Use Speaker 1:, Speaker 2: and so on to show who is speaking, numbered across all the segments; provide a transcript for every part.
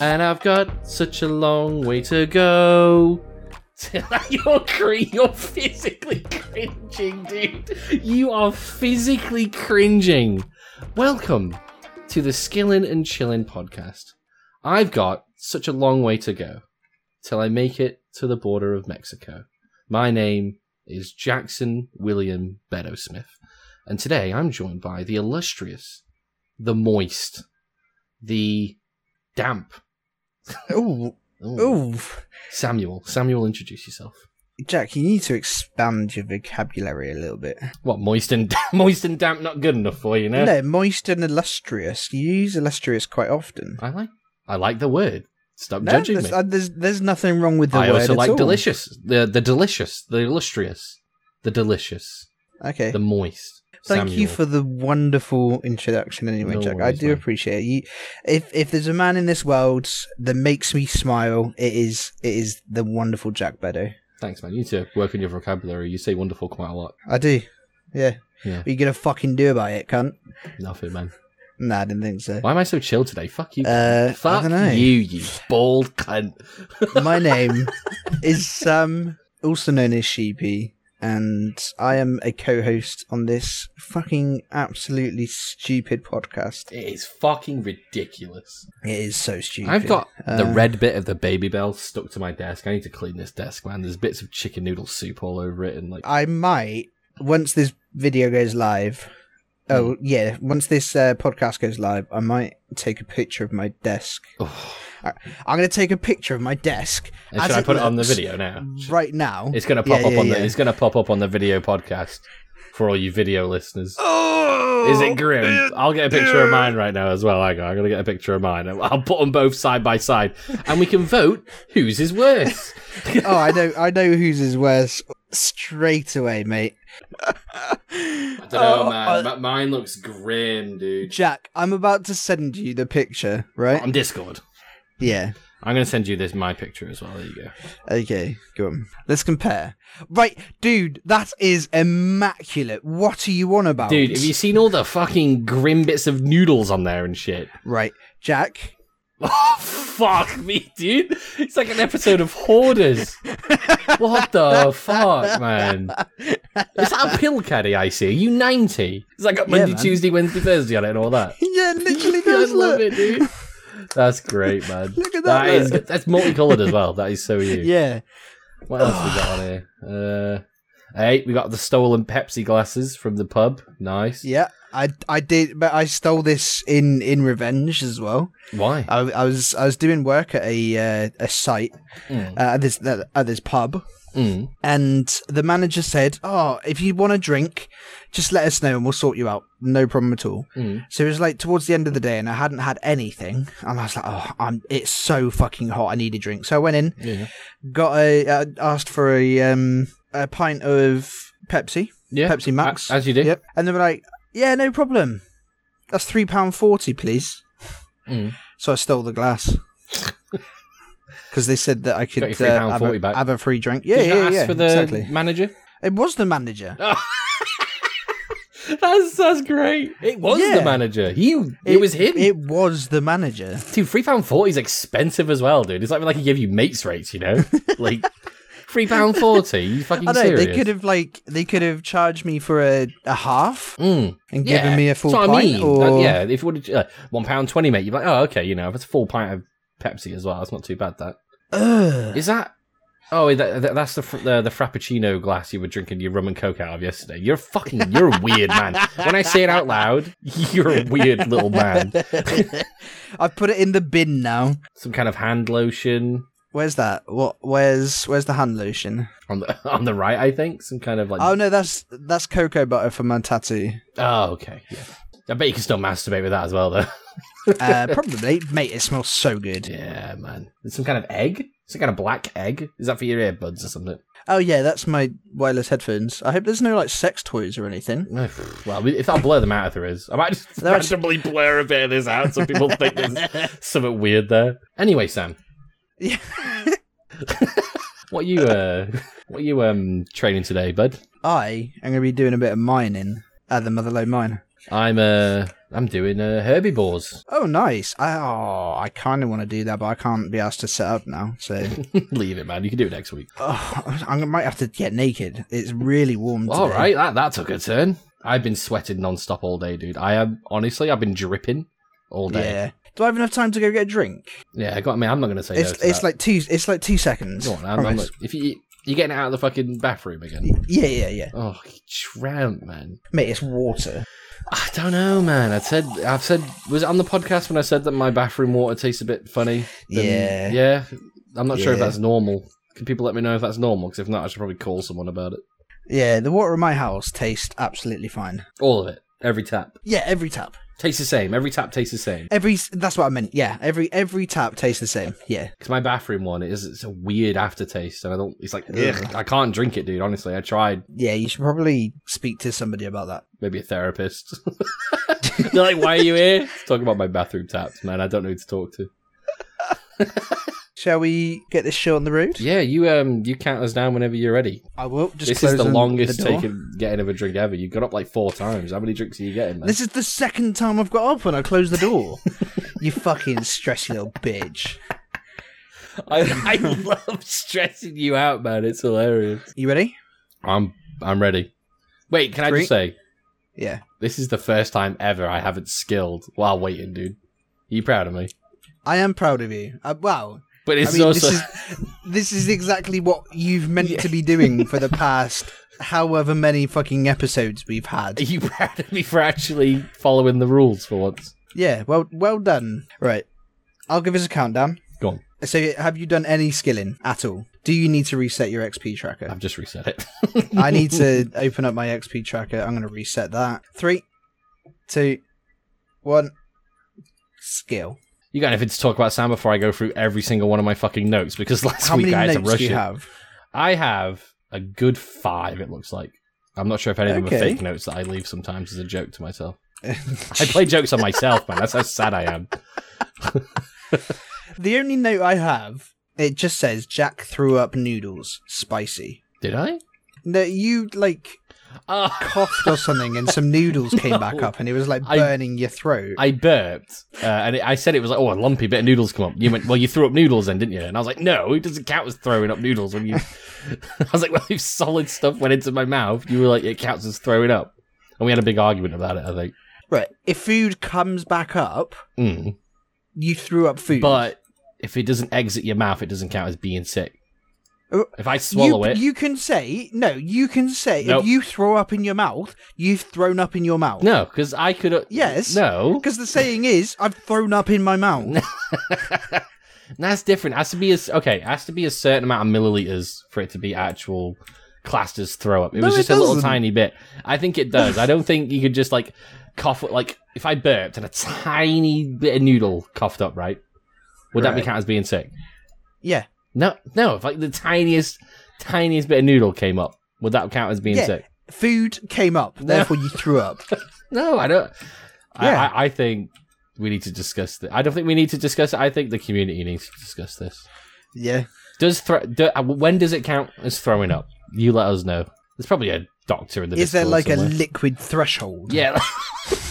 Speaker 1: And I've got such a long way to go. you're cr- you're physically cringing, dude. You are physically cringing. Welcome to the Skillin' and Chillin' podcast. I've got such a long way to go till I make it to the border of Mexico. My name is Jackson William Bedowsmith, and today I'm joined by the illustrious, the moist, the damp.
Speaker 2: Ooh,
Speaker 1: Ooh.
Speaker 2: ooh.
Speaker 1: Samuel, Samuel, introduce yourself.
Speaker 2: Jack, you need to expand your vocabulary a little bit.
Speaker 1: What moist and moist and damp not good enough for you, no?
Speaker 2: No, moist and illustrious. You use illustrious quite often.
Speaker 1: I like I like the word. Stop
Speaker 2: No,
Speaker 1: judging me.
Speaker 2: there's, uh, there's there's nothing wrong with the
Speaker 1: I
Speaker 2: word
Speaker 1: also
Speaker 2: at
Speaker 1: like
Speaker 2: all.
Speaker 1: delicious. The the delicious, the illustrious, the delicious,
Speaker 2: Okay,
Speaker 1: the moist.
Speaker 2: thank you
Speaker 1: Samuel.
Speaker 2: for the wonderful introduction. Anyway,
Speaker 1: No
Speaker 2: Jack, I
Speaker 1: worries,
Speaker 2: do
Speaker 1: man.
Speaker 2: appreciate it. you. If if there's a man in this world that makes me smile, it is it is the wonderful Jack Beddo.
Speaker 1: Thanks, man. You need to work on your vocabulary. You say wonderful quite a lot.
Speaker 2: I do. Yeah.
Speaker 1: Yeah.
Speaker 2: What are you gonna fucking do about it, cunt?
Speaker 1: Nothing, man.
Speaker 2: Nah, I didn't think so.
Speaker 1: Why am I so chill today? Fuck you.
Speaker 2: Uh, I
Speaker 1: Fuck
Speaker 2: dunno.
Speaker 1: you, you bald cunt.
Speaker 2: My name is Sam, also known as Sheepy, and I am a co host on this fucking absolutely stupid podcast.
Speaker 1: It is fucking ridiculous.
Speaker 2: It is so stupid.
Speaker 1: I've got the
Speaker 2: Uh,
Speaker 1: red bit of the baby bell stuck to my desk. I need to clean this desk, man. There's bits of chicken noodle soup all over it, and like,
Speaker 2: I might, once this video goes live, oh,
Speaker 1: Hmm.
Speaker 2: yeah, once this uh, podcast goes live, I might take a picture of my desk.
Speaker 1: Ugh.
Speaker 2: I'm going to take a picture of my desk
Speaker 1: and
Speaker 2: As
Speaker 1: should I
Speaker 2: it
Speaker 1: put it on the
Speaker 2: looks,
Speaker 1: video now?
Speaker 2: right now.
Speaker 1: It's gonna
Speaker 2: Yeah,
Speaker 1: pop up
Speaker 2: yeah,
Speaker 1: on the.
Speaker 2: yeah.
Speaker 1: It's gonna pop up on the video podcast for all you video listeners.
Speaker 2: Oh!
Speaker 1: Is it grim? I'll get a picture of mine right now as well. Hang on, I'm gonna get a picture of mine. I'll put them both side by side, and we can vote whose is worse.
Speaker 2: oh, I know, I know whose is worse straight away, mate.
Speaker 1: I don't know,
Speaker 2: Oh,
Speaker 1: man.
Speaker 2: uh,
Speaker 1: but mine looks grim, dude.
Speaker 2: Jack, I'm about to send you the picture, right?
Speaker 1: On Discord,
Speaker 2: yeah.
Speaker 1: I'm gonna send you this my picture as well. There you go.
Speaker 2: Okay, go on. Let's compare. Right, dude, that is immaculate. What are you on about?
Speaker 1: Dude, have you seen all the fucking grim bits of noodles on there and shit?
Speaker 2: Right, Jack.
Speaker 1: Oh, fuck me, dude. It's like an episode of Hoarders. What the fuck, man? Is that a pill caddy I see? Are you 90? It's like got
Speaker 2: Yeah,
Speaker 1: Monday,
Speaker 2: man.
Speaker 1: Tuesday, Wednesday, Thursday on it and all that.
Speaker 2: yeah, it literally
Speaker 1: I
Speaker 2: does
Speaker 1: love
Speaker 2: look.
Speaker 1: it, dude. That's great, man.
Speaker 2: Look at that.
Speaker 1: That is
Speaker 2: look.
Speaker 1: that's multicolored as well. That is so you.
Speaker 2: Yeah.
Speaker 1: What else we got on here? Uh, eight. We got the stolen Pepsi glasses from the pub. Nice.
Speaker 2: Yeah. I, I did, but I stole this in, in revenge as well.
Speaker 1: Why?
Speaker 2: I, I was I was doing work at a uh, a site
Speaker 1: Mm.
Speaker 2: uh, at this at this pub,
Speaker 1: Mm.
Speaker 2: And the manager said, Oh, if you want a drink, just let us know and we'll sort you out. No problem at all.
Speaker 1: Mm.
Speaker 2: So it was like towards the end of the day and I hadn't had anything. And I was like, Oh, I'm, it's so fucking hot. I need a drink. So I went in,
Speaker 1: Yeah.
Speaker 2: got a, uh, asked for a, um, a pint of Pepsi,
Speaker 1: Yeah.
Speaker 2: Pepsi Max.
Speaker 1: A- as you do.
Speaker 2: Yep. And they were like, Yeah, no problem. That's £3.40, please.
Speaker 1: Mm.
Speaker 2: So I stole the glass. Because they said that I could
Speaker 1: Got your
Speaker 2: uh, have,
Speaker 1: £3.40
Speaker 2: a,
Speaker 1: back.
Speaker 2: have a free drink. Yeah,
Speaker 1: Did you
Speaker 2: yeah,
Speaker 1: not ask
Speaker 2: yeah.
Speaker 1: for the
Speaker 2: exactly.
Speaker 1: manager?
Speaker 2: It was the manager.
Speaker 1: That's that's great. It was the
Speaker 2: Yeah.
Speaker 1: manager. He it, was him.
Speaker 2: It was the manager.
Speaker 1: Dude, three pound forty is expensive as well, dude. It's like like he gave you mates rates, you know? like three pound forty. You fucking
Speaker 2: I know
Speaker 1: serious?
Speaker 2: they could have like they could have charged me for a, a half
Speaker 1: Mm,
Speaker 2: and
Speaker 1: yeah,
Speaker 2: given me a
Speaker 1: that's
Speaker 2: full
Speaker 1: what
Speaker 2: pint.
Speaker 1: I mean.
Speaker 2: Or
Speaker 1: Like, yeah, if you wanted uh, one pound twenty, mate, you're like, oh, okay, you know, if it's a full pint of Pepsi as well, that's not too bad. That
Speaker 2: Ugh.
Speaker 1: is that. Oh, that, that, that's the, fr- the the frappuccino glass you were drinking your rum and coke out of yesterday. You're fucking, you're a weird man. When I say it out loud, you're a weird little man.
Speaker 2: I've put it in the bin now.
Speaker 1: Some kind of hand lotion
Speaker 2: Where's that? What? Where's Where's the hand lotion?
Speaker 1: on the on the right, I think. Some kind of like
Speaker 2: Oh no, that's that's cocoa butter for my tattoo.
Speaker 1: Oh, okay. Yeah. I bet you can still masturbate with that as well, though.
Speaker 2: Uh, probably, mate. It smells so good.
Speaker 1: yeah, man. It's some kind of egg? Some kind of black egg? Is that for your earbuds or something?
Speaker 2: Oh yeah, that's my wireless headphones. I hope there's no like sex toys or anything.
Speaker 1: No. Well, if I'll blur them out, if there is. I might just
Speaker 2: There are-
Speaker 1: randomly blur a bit of this out so people think there's something weird there. Anyway, Sam,
Speaker 2: Yeah.
Speaker 1: what you, uh, what you, um, training today, bud?
Speaker 2: I am going to be doing a bit of mining at the Motherlode Mine.
Speaker 1: I'm uh I'm doing uh, herbivores.
Speaker 2: Oh, nice. I, oh, I kind of want to do that, but I can't be asked to set up now. So
Speaker 1: Leave it, man. You can do it next week.
Speaker 2: oh, I might have to get naked. It's really warm. Today.
Speaker 1: All right, that that took a turn. I've been sweating non-stop all day, dude. I am honestly, I've been dripping all day.
Speaker 2: Yeah. Do I have enough time to go get a drink?
Speaker 1: Yeah, I got me. I'm not gonna say no
Speaker 2: it's
Speaker 1: to
Speaker 2: it's
Speaker 1: that.
Speaker 2: like two. It's like two seconds.
Speaker 1: Go on, I'm, I'm not-
Speaker 2: Promise.
Speaker 1: if you you're getting it out of the fucking bathroom again.
Speaker 2: Yeah, yeah, yeah.
Speaker 1: Oh, you drowned, man.
Speaker 2: Mate, it's water.
Speaker 1: I don't know, man. I said, I've said, was it on the podcast when I said that my bathroom water tastes a bit funny? Then-
Speaker 2: Yeah.
Speaker 1: yeah. I'm not sure if
Speaker 2: Yeah.
Speaker 1: that's normal. Can people let me know if that's normal? Because if not, I should probably call someone about it.
Speaker 2: Yeah, the water in my house tastes absolutely fine.
Speaker 1: All of it, every tap
Speaker 2: Yeah, every tap.
Speaker 1: tastes the same. Every tap tastes the same.
Speaker 2: Every s- that's what I meant. Yeah, every every tap tastes the same. Yeah.
Speaker 1: Because my bathroom one it is it's a weird aftertaste, and I don't. It's like
Speaker 2: Ugh.
Speaker 1: I can't drink it, dude. Honestly, I tried.
Speaker 2: Yeah, you should probably speak to somebody about that.
Speaker 1: Maybe a therapist. They're like, "Why are you here?" Talking about my bathroom taps, man. I don't know who to talk to.
Speaker 2: Shall we get this show on the road?
Speaker 1: Yeah, you um, you count us down whenever you're ready.
Speaker 2: I will. Just
Speaker 1: this is the
Speaker 2: closing
Speaker 1: longest
Speaker 2: the door.
Speaker 1: taken getting of a drink ever. You got up like four times. How many drinks are you getting? Man?
Speaker 2: This is the second time I've got up when I closed the door. you fucking stressy little bitch.
Speaker 1: I, I love stressing you out, man. It's hilarious.
Speaker 2: You ready?
Speaker 1: I'm I'm ready. Wait, can I
Speaker 2: Three.
Speaker 1: just say
Speaker 2: Yeah.
Speaker 1: this is the first time ever I haven't skilled while waiting, dude. Are you proud of me?
Speaker 2: I am proud of you. Uh, wow.
Speaker 1: But it's
Speaker 2: I mean,
Speaker 1: also
Speaker 2: this is this is exactly what you've meant to be doing for the past however many fucking episodes we've had.
Speaker 1: are you proud of me for actually following the rules for once?
Speaker 2: Yeah. Well, well done. Right. I'll give us a countdown.
Speaker 1: Go on.
Speaker 2: So, have you done any skilling at all? Do you need to reset your XP tracker?
Speaker 1: I've just reset it.
Speaker 2: I need to open up my XP tracker. I'm going to reset that. Three, two, one. Skill.
Speaker 1: You got anything to talk about, Sam? Before I go through every single one of my fucking notes because last
Speaker 2: How
Speaker 1: week
Speaker 2: many
Speaker 1: I had to
Speaker 2: notes
Speaker 1: rush
Speaker 2: do you
Speaker 1: it.
Speaker 2: have?
Speaker 1: I have a good five. It looks like. I'm not sure if any of them are
Speaker 2: Okay.
Speaker 1: fake notes that I leave sometimes as a joke to myself. I play jokes on myself, man. That's how sad I am.
Speaker 2: the only note I have. It just says Jack threw up noodles. Spicy.
Speaker 1: Did I?
Speaker 2: No, you like
Speaker 1: Ah,
Speaker 2: coughed or something, and some noodles came back
Speaker 1: No.
Speaker 2: up, and it was like
Speaker 1: I-
Speaker 2: burning your throat.
Speaker 1: I burped, uh, and it, I said it was like, oh, a lumpy bit of noodles come up. You went, well, you threw up noodles then, didn't you? And I was like, no, it doesn't count as throwing up noodles when you. I was like, well, if solid stuff went into my mouth, you were like, it counts as throwing up. And we had a big argument about it, I think.
Speaker 2: right. If food comes back up,
Speaker 1: Mm.
Speaker 2: you threw up food.
Speaker 1: But if it doesn't exit your mouth, it doesn't count as being sick.
Speaker 2: Oh,
Speaker 1: If I swallow
Speaker 2: you,
Speaker 1: it,
Speaker 2: You can say no. You can say
Speaker 1: Nope.
Speaker 2: if you throw up in your mouth, you've thrown up in your mouth.
Speaker 1: no, because I could.
Speaker 2: Yes.
Speaker 1: No.
Speaker 2: Because the saying is, I've thrown up in my mouth.
Speaker 1: That's different. It has to be a, okay. It has to be a certain amount of milliliters for it to be actual classed as throw up. It
Speaker 2: No,
Speaker 1: was
Speaker 2: it
Speaker 1: just a little
Speaker 2: doesn't.
Speaker 1: tiny bit. I think it does. I don't think you could just like cough like if I burped and a tiny bit of noodle coughed up, right? Would that be
Speaker 2: Right.
Speaker 1: count as being sick?
Speaker 2: Yeah.
Speaker 1: No, no. If like the tiniest, tiniest bit of noodle came up, would that count as being
Speaker 2: Yeah.
Speaker 1: sick?
Speaker 2: Food came up, therefore you threw up.
Speaker 1: No, I don't. I,
Speaker 2: Yeah.
Speaker 1: I, I think we need to discuss this. I don't think we need to discuss it. I think the community needs to discuss this.
Speaker 2: Yeah.
Speaker 1: Does thro- do, uh, when does it count as throwing up? You let us know. There's probably a doctor in the.
Speaker 2: Is there
Speaker 1: Discord
Speaker 2: like a
Speaker 1: somewhere.
Speaker 2: liquid threshold?
Speaker 1: yeah?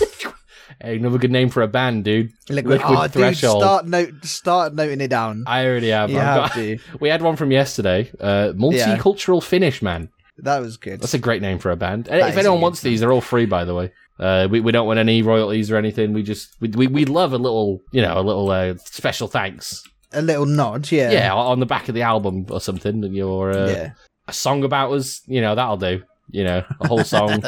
Speaker 1: hey, another good name for a band, dude.
Speaker 2: Liquid,
Speaker 1: liquid
Speaker 2: Ah,
Speaker 1: threshold.
Speaker 2: Dude, start note. Start noting it down.
Speaker 1: I already have.
Speaker 2: you
Speaker 1: I've
Speaker 2: have
Speaker 1: got-
Speaker 2: to.
Speaker 1: we had one from yesterday. Uh, multicultural Finnish man.
Speaker 2: That was good.
Speaker 1: That's a great name for a band. And
Speaker 2: That
Speaker 1: if
Speaker 2: is a
Speaker 1: anyone
Speaker 2: good
Speaker 1: wants these, they're all free, by the way. Uh, we, we don't want any royalties or anything. We just we, we, we love a little you know a little uh, special thanks.
Speaker 2: A little nod. Yeah.
Speaker 1: Yeah. on the back of the album or something. Your uh,
Speaker 2: Yeah.
Speaker 1: a song about us, you know that'll do. You know a whole song.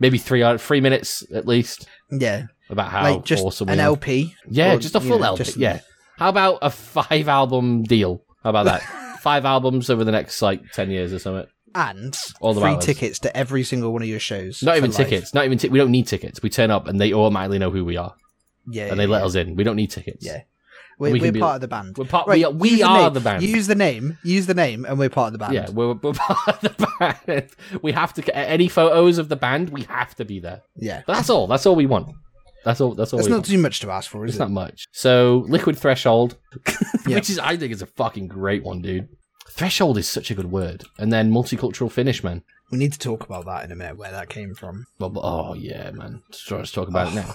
Speaker 1: maybe three hou- three minutes at least
Speaker 2: yeah.
Speaker 1: about how
Speaker 2: Like just
Speaker 1: awesome we
Speaker 2: an
Speaker 1: are.
Speaker 2: LP.
Speaker 1: yeah,
Speaker 2: or,
Speaker 1: just a
Speaker 2: you
Speaker 1: full
Speaker 2: know,
Speaker 1: LP.
Speaker 2: just-
Speaker 1: Yeah. How about a five album deal? How about that? five albums over the next like ten years or something.
Speaker 2: And
Speaker 1: All the
Speaker 2: free
Speaker 1: ballads.
Speaker 2: tickets to every single one of your shows.
Speaker 1: Not
Speaker 2: for
Speaker 1: even
Speaker 2: life.
Speaker 1: tickets. Not even ti- we don't need tickets. We turn up and they automatically know who we are
Speaker 2: Yeah.
Speaker 1: and they
Speaker 2: yeah,
Speaker 1: let
Speaker 2: yeah.
Speaker 1: us in. We don't need tickets.
Speaker 2: Yeah. We're,
Speaker 1: we can
Speaker 2: we're
Speaker 1: be
Speaker 2: part
Speaker 1: like-
Speaker 2: of the band.
Speaker 1: We're part.
Speaker 2: Right,
Speaker 1: we are, we
Speaker 2: use
Speaker 1: are
Speaker 2: name.
Speaker 1: the band.
Speaker 2: Use the name. Use the name, and we're part of the band.
Speaker 1: yeah, we're, we're part of the band. We have to get any photos of the band. We have to be there.
Speaker 2: Yeah.
Speaker 1: But that's all. That's all we want. That's all. That's all.
Speaker 2: That's
Speaker 1: we want.
Speaker 2: not too much to ask for, is
Speaker 1: It's
Speaker 2: it?
Speaker 1: not much. So liquid threshold,
Speaker 2: Yeah.
Speaker 1: which is I think is a fucking great one, dude. Threshold is such a good word, and then multicultural Finnish man.
Speaker 2: We need to talk about that in a minute, where that came from.
Speaker 1: Well, but- Oh yeah, man. Just trying to talk about it now.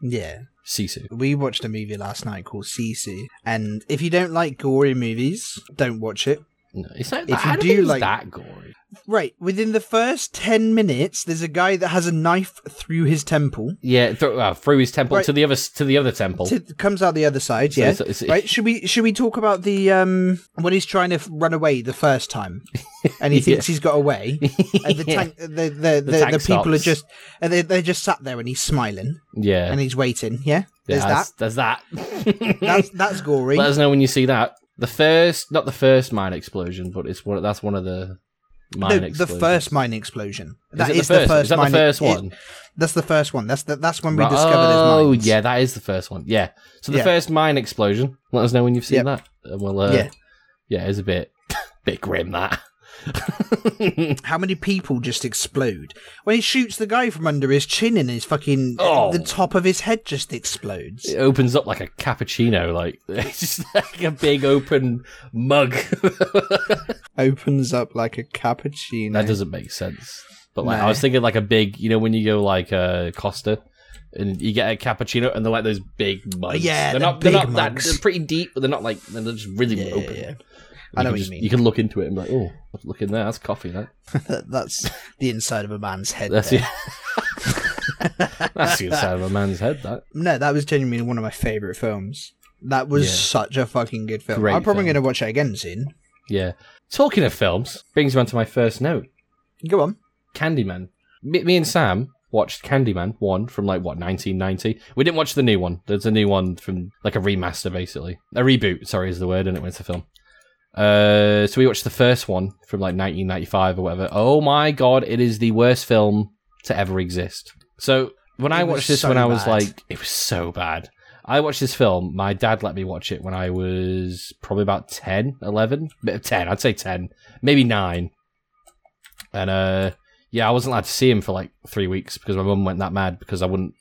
Speaker 2: Yeah.
Speaker 1: Sisu.
Speaker 2: We watched a movie last night called Sisu. And if you don't like gory movies, don't watch it.
Speaker 1: No, it's not.
Speaker 2: If
Speaker 1: I
Speaker 2: you
Speaker 1: don't
Speaker 2: do
Speaker 1: think it's
Speaker 2: like-
Speaker 1: that gory.
Speaker 2: Right, within the first 10 minutes, there's a guy that has a knife through his temple.
Speaker 1: Yeah, th- uh, through his temple
Speaker 2: Right.
Speaker 1: to the other to the other temple.
Speaker 2: T- comes out the other side,
Speaker 1: Oh. So
Speaker 2: yeah.
Speaker 1: it's- it's-
Speaker 2: Right, should we should we talk about the um when he's trying to f- run away the first time, and he
Speaker 1: Yeah.
Speaker 2: thinks he's got away, and the
Speaker 1: Yeah.
Speaker 2: tank, the the the, the,
Speaker 1: tank
Speaker 2: people are
Speaker 1: stops.
Speaker 2: just and they they just sat there and he's smiling
Speaker 1: yeah.
Speaker 2: and he's waiting.
Speaker 1: Yeah,
Speaker 2: Yeah, there's that.
Speaker 1: There's that.
Speaker 2: That's that's gory.
Speaker 1: Let us know when you see that. The first, not the first mine explosion, but it's one. That's one of the mine
Speaker 2: no, the
Speaker 1: explosions.
Speaker 2: first mine explosion. That
Speaker 1: is it
Speaker 2: is
Speaker 1: the first?
Speaker 2: the
Speaker 1: one?
Speaker 2: first.
Speaker 1: is that
Speaker 2: mine
Speaker 1: the first
Speaker 2: it-
Speaker 1: one?
Speaker 2: that's the first one. That's the, that's when we
Speaker 1: Right.
Speaker 2: discover there's
Speaker 1: oh,
Speaker 2: mines.
Speaker 1: yeah, that is the first one. Yeah. So the
Speaker 2: Yeah.
Speaker 1: first mine explosion. Let us know when you've seen
Speaker 2: Yep.
Speaker 1: that. And we'll. Uh, yeah.
Speaker 2: Yeah.
Speaker 1: Yeah, it's a bit, bit grim that.
Speaker 2: How many people just explode when he shoots the guy from under his chin and his fucking
Speaker 1: Oh.
Speaker 2: the top of his head just explodes.
Speaker 1: it opens up like a cappuccino, like it's just like a big open mug.
Speaker 2: Opens up like a cappuccino.
Speaker 1: That doesn't make sense. But like, I
Speaker 2: No.
Speaker 1: was thinking like a big, you know, when you go like uh, Costa, and you get a cappuccino, and they're like those big mugs.
Speaker 2: yeah,
Speaker 1: they're,
Speaker 2: they're
Speaker 1: not. They're
Speaker 2: big
Speaker 1: not that.
Speaker 2: mugs.
Speaker 1: They're pretty deep, but they're not like they're just really
Speaker 2: Yeah,
Speaker 1: open.
Speaker 2: yeah.
Speaker 1: And
Speaker 2: I know
Speaker 1: can
Speaker 2: what you
Speaker 1: just-
Speaker 2: mean.
Speaker 1: You can look into it and be like, oh, look in there. That's coffee. That.
Speaker 2: That- that's the inside of a man's head.
Speaker 1: That's
Speaker 2: there.
Speaker 1: it. That's the inside of a man's head. That.
Speaker 2: No, that was genuinely one of my favorite films. That was
Speaker 1: Yeah.
Speaker 2: such a fucking good film.
Speaker 1: Great
Speaker 2: I'm probably
Speaker 1: film.
Speaker 2: going to watch it again soon.
Speaker 1: Yeah. Talking of films, brings me on to my first note.
Speaker 2: Go on.
Speaker 1: Candyman. Me, me and Sam watched Candyman one from like what 1990. We didn't watch the new one. There's a new one from like a remaster, basically a reboot. Sorry, is the word, and it went to film. Uh, so we watched the first one from like 1995 or whatever. Oh my god, it is the worst film to ever exist. So when I
Speaker 2: It was
Speaker 1: watched this,
Speaker 2: so
Speaker 1: when I was
Speaker 2: bad.
Speaker 1: like, it was so bad. I watched this film. My dad let me watch it when I was probably about 10, 11, bit of 10, I'd say 10, maybe 9. And uh yeah, I wasn't allowed to see him for like 3 weeks because my mum went that mad because I wouldn't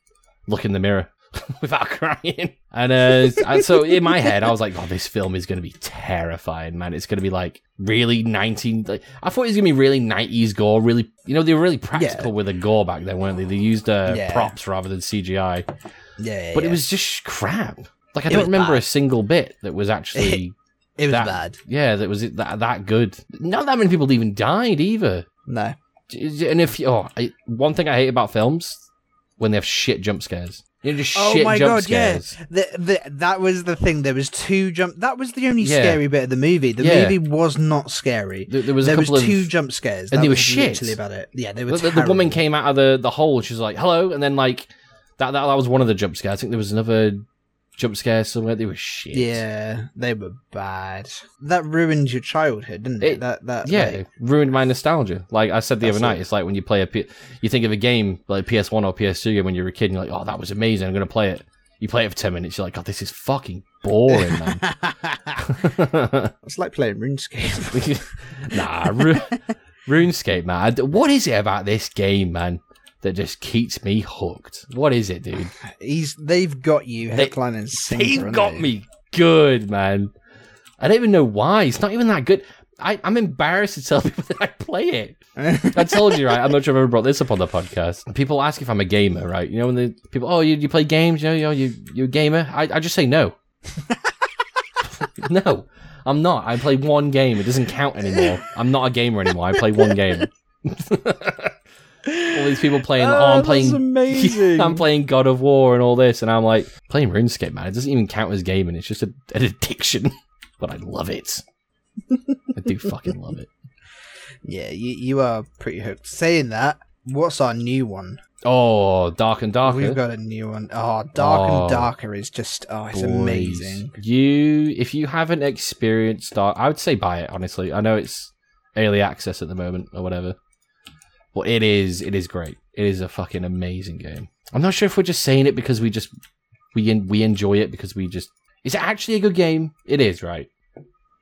Speaker 1: look in the mirror without crying. And uh and so in my head I was like, "Oh, this film is going to be terrifying, man. It's going to be like really 19 like, I thought it was going to be really 90s gore, really you know, they were really practical with the gore back then, weren't they? They used uh,
Speaker 2: Yeah.
Speaker 1: props rather than CGI.
Speaker 2: Yeah, yeah,
Speaker 1: But it
Speaker 2: yeah.
Speaker 1: was just crap. Like I
Speaker 2: It
Speaker 1: don't
Speaker 2: was
Speaker 1: remember
Speaker 2: bad.
Speaker 1: a single bit that was actually
Speaker 2: it was
Speaker 1: that-
Speaker 2: bad.
Speaker 1: yeah, that was it that that good. Not that many people even died either.
Speaker 2: No,
Speaker 1: And if you, oh, I, one thing I hate about films when they have shit jump scares. You know, just
Speaker 2: Oh
Speaker 1: shit
Speaker 2: my
Speaker 1: jump
Speaker 2: God, yeah.
Speaker 1: scares.
Speaker 2: the, the, that was the thing. There was two jump. That was the only
Speaker 1: Yeah.
Speaker 2: scary bit of the movie. The
Speaker 1: Yeah.
Speaker 2: movie was not scary.
Speaker 1: There, there was a
Speaker 2: there was
Speaker 1: couple
Speaker 2: two
Speaker 1: of
Speaker 2: jump scares,
Speaker 1: and
Speaker 2: That
Speaker 1: they were
Speaker 2: was
Speaker 1: shit.
Speaker 2: Literally about it. Yeah, they were.
Speaker 1: the, the- the woman
Speaker 2: terrible.
Speaker 1: came out of the the hole. and She was like, "Hello," and then like that that, that was one of the jump scares. I think there was another jump scare somewhere. They were shit.
Speaker 2: Yeah, they were bad. That ruined your childhood, didn't it?
Speaker 1: It-
Speaker 2: that that
Speaker 1: Yeah,
Speaker 2: like-
Speaker 1: it ruined my nostalgia. Like I said the
Speaker 2: That's
Speaker 1: other night,
Speaker 2: it.
Speaker 1: it's like when you play a, P- you think of a game like PS1 or PS2 game when you were a kid, and you're like, oh, that was amazing, I'm gonna play it. You play it for ten minutes, you're like, God, this is fucking boring, man.
Speaker 2: it's like playing RuneScape.
Speaker 1: nah, Ru- RuneScape, man. I d- What is it about this game, man, that just keeps me hooked? What is it, dude?
Speaker 2: He's they've got you
Speaker 1: They-
Speaker 2: headline and singer.
Speaker 1: They've
Speaker 2: haven't
Speaker 1: got
Speaker 2: they?
Speaker 1: me good, man. I don't even know why. It's not even that good. I, I'm embarrassed to tell people that I play it. I told you, right? I'm not sure if I ever brought this up on the podcast. People ask if I'm a gamer, right? You know, when the people, oh, you, you play games, you know, you know, you, you're a gamer. I, I just say no. no, I'm not. I play one game. It doesn't count anymore. I'm not a gamer anymore. I play one game. all these people playing, oh,
Speaker 2: Oh,
Speaker 1: I'm
Speaker 2: that's
Speaker 1: playing
Speaker 2: amazing.
Speaker 1: I'm playing God of War and all this, and I'm like playing RuneScape, man. It doesn't even count as gaming. It's just a, an addiction, but I love it. I do fucking love it.
Speaker 2: yeah, you, you are pretty hooked. Saying that, what's our new one?
Speaker 1: Oh, Dark and Darker.
Speaker 2: We've got a new one. Oh, Dark
Speaker 1: Oh.
Speaker 2: and Darker is just oh, it's
Speaker 1: boys.
Speaker 2: amazing.
Speaker 1: You, if you haven't experienced Dark, I would say buy it. Honestly, I know it's early access at the moment or whatever, but it is it is great. It is a fucking amazing game. I'm not sure if we're just saying it because we just we en- we enjoy it because we just. Is it actually a good game? It is, right?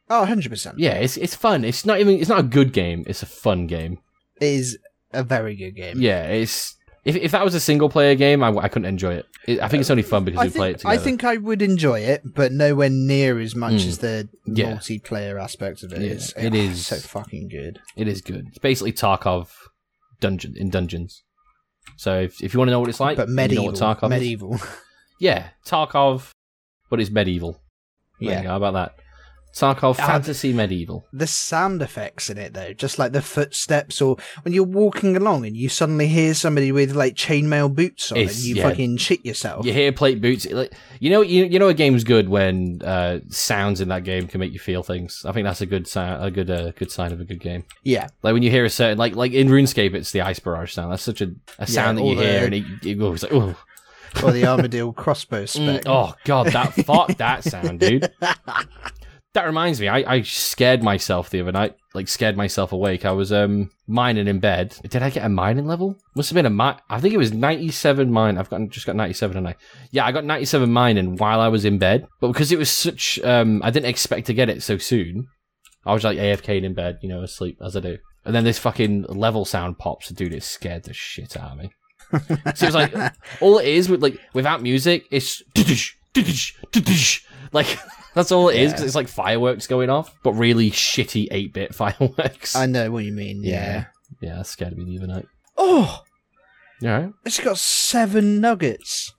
Speaker 2: Oh, 100 percent.
Speaker 1: Yeah, it's it's fun. It's not even it's not a good game. It's a fun game.
Speaker 2: It is a very good game.
Speaker 1: Yeah, it's If, if that was a single player game, I, w- I couldn't enjoy it. it. I think it's only fun because
Speaker 2: I
Speaker 1: we
Speaker 2: think,
Speaker 1: play it together.
Speaker 2: I think I would enjoy it, but nowhere near as much
Speaker 1: Mm.
Speaker 2: as the
Speaker 1: Yeah.
Speaker 2: multiplayer aspect of it.
Speaker 1: Yeah,
Speaker 2: It's,
Speaker 1: it
Speaker 2: oh,
Speaker 1: is.
Speaker 2: so fucking good.
Speaker 1: it is good. It's basically Tarkov dungeon in dungeons. So if, if you want to know what it's like,
Speaker 2: But
Speaker 1: you know
Speaker 2: medieval,
Speaker 1: what Tarkov is.
Speaker 2: medieval.
Speaker 1: Yeah, Tarkov, but it's medieval. There
Speaker 2: yeah,
Speaker 1: you go, how about that? Tarkov
Speaker 2: Ah.
Speaker 1: fantasy medieval.
Speaker 2: the sound effects in it though, just like the footsteps or when you're walking along and you suddenly hear somebody with like chainmail boots on
Speaker 1: It's-
Speaker 2: and you
Speaker 1: yeah.
Speaker 2: fucking shit yourself.
Speaker 1: You hear plate boots. it Like, you know, you, you know, a game's good when uh, sounds in that game can make you feel things. I think that's a good sign, a good, uh, good sign of a good game.
Speaker 2: Yeah.
Speaker 1: Like when you hear a certain, like, like in RuneScape, it's the ice barrage sound. That's such a, a sound that
Speaker 2: all
Speaker 1: you hear,
Speaker 2: the-
Speaker 1: and it, it goes like, oh,
Speaker 2: Or the armadillo crossbow
Speaker 1: mm,
Speaker 2: spec.
Speaker 1: oh god, that fuck that sound, dude. That reminds me, I, I scared myself the other night. Like scared myself awake. I was um mining in bed. Did I get a mining level? Must have been a mine. I think it was ninety seven mine. I've got just got ninety seven, and I yeah, I got ninety seven mining while I was in bed. But because it was such, um, I didn't expect to get it so soon. I was like AFK in bed, you know, asleep as I do. And then this fucking level sound pops, dude. It scared the shit out of me. So it was like all it is with like without music, it's like that's all it is 'cause
Speaker 2: Yeah.
Speaker 1: it's like fireworks going off, but really shitty eight bit fireworks.
Speaker 2: I know what you mean. Yeah.
Speaker 1: Yeah. yeah, that scared me the other night.
Speaker 2: Oh,
Speaker 1: You alright?
Speaker 2: it's got seven nuggets.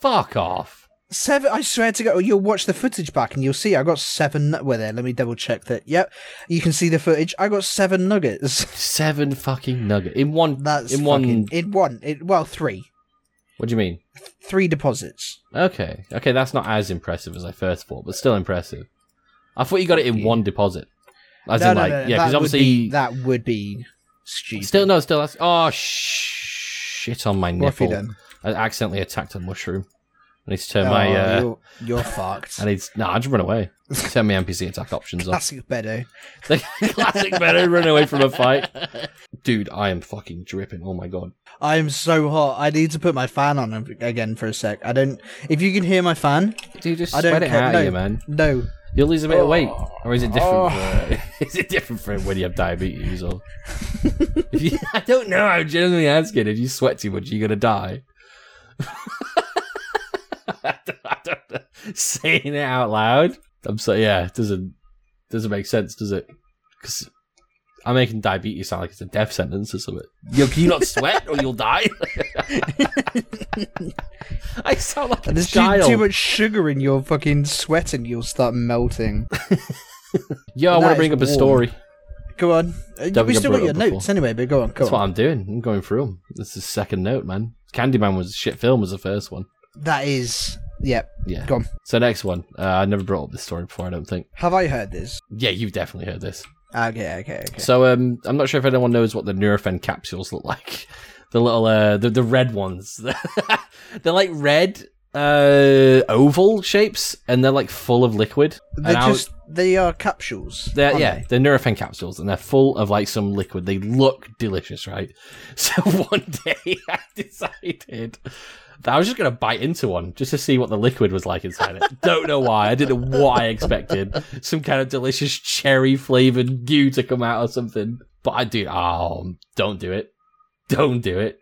Speaker 1: Fuck off.
Speaker 2: Seven. I swear to God, you'll watch the footage back and you'll see. I got seven. Nu- well, there. Let me double check that. Yep, you can see the footage. I got seven nuggets.
Speaker 1: Seven fucking nugget in one.
Speaker 2: That's
Speaker 1: In one-
Speaker 2: fucking- in one. It, well, three.
Speaker 1: What do you mean?
Speaker 2: Three deposits.
Speaker 1: Okay, okay, that's not as impressive as I first thought, but still impressive. I thought you got it in
Speaker 2: Yeah.
Speaker 1: one deposit. As in, like, yeah,
Speaker 2: that
Speaker 1: because
Speaker 2: would
Speaker 1: obviously
Speaker 2: be, that would be stupid.
Speaker 1: Still no, still that's oh sh- shit on my
Speaker 2: What have you
Speaker 1: nipple.
Speaker 2: done?
Speaker 1: I accidentally attacked a mushroom. I need to turn
Speaker 2: Oh,
Speaker 1: my uh,
Speaker 2: you're, you're fucked.
Speaker 1: I need to, nah, I just run away. turn my NPC attack options off.
Speaker 2: Classic Bedo.
Speaker 1: Classic better run away from a fight. Dude, I am fucking dripping. Oh my god.
Speaker 2: I'm so hot. I need to put my fan on ag- again for a sec. I don't. If you can hear my fan,
Speaker 1: Dude, just
Speaker 2: I don't
Speaker 1: sweat it
Speaker 2: care,
Speaker 1: out
Speaker 2: no.
Speaker 1: of you, man.
Speaker 2: no.
Speaker 1: You'll lose a bit of weight. Or is it different
Speaker 2: Oh.
Speaker 1: for is it different for when you have diabetes or if you, I don't know, I'm genuinely asking. If you sweat too much, are you gonna die? I don't, I don't know. Saying it out loud. I'm so yeah, it doesn't doesn't make sense, does it? Because I'm making diabetes sound like it's a death sentence or something. You, can you not sweat or you'll die? I sound like a
Speaker 2: There's too,
Speaker 1: child.
Speaker 2: too much sugar in your fucking sweat, and you'll start melting.
Speaker 1: Yo, I
Speaker 2: That
Speaker 1: want to
Speaker 2: is
Speaker 1: bring up a
Speaker 2: warm.
Speaker 1: story.
Speaker 2: Go on. Uh,
Speaker 1: Don't
Speaker 2: we
Speaker 1: think I
Speaker 2: still
Speaker 1: brought
Speaker 2: got
Speaker 1: it
Speaker 2: your
Speaker 1: up before.
Speaker 2: notes anyway, but go on. Go
Speaker 1: That's what
Speaker 2: on.
Speaker 1: I'm doing. I'm going through them. This is second note, man. Candyman was a shit film as the first one.
Speaker 2: That is. Yep.
Speaker 1: Yeah.
Speaker 2: Go on.
Speaker 1: So next one. Uh, I never brought up this story before, I don't think.
Speaker 2: Have I heard this?
Speaker 1: Yeah, you've definitely heard this.
Speaker 2: Okay. Okay. Okay.
Speaker 1: So um, I'm not sure if anyone knows what the Nurofen capsules look like. The little, uh, the, the red ones. they're like red uh, oval shapes, and they're like full of liquid.
Speaker 2: They're
Speaker 1: And I was-
Speaker 2: just. They are capsules.
Speaker 1: They're,
Speaker 2: aren't
Speaker 1: yeah,
Speaker 2: they?
Speaker 1: they're Nurofen capsules, and they're full of like some liquid. They look delicious, right? So one day I decided that I was just gonna bite into one just to see what the liquid was like inside it. Don't know why. I didn't know what I expected. Some kind of delicious cherry flavored goo to come out or something. But I do. Oh, don't do it. Don't do it.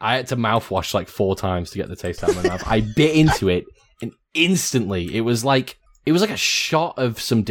Speaker 1: I had to mouthwash like four times to get the taste out of my mouth. I bit into it, and instantly it was like it was like a shot of some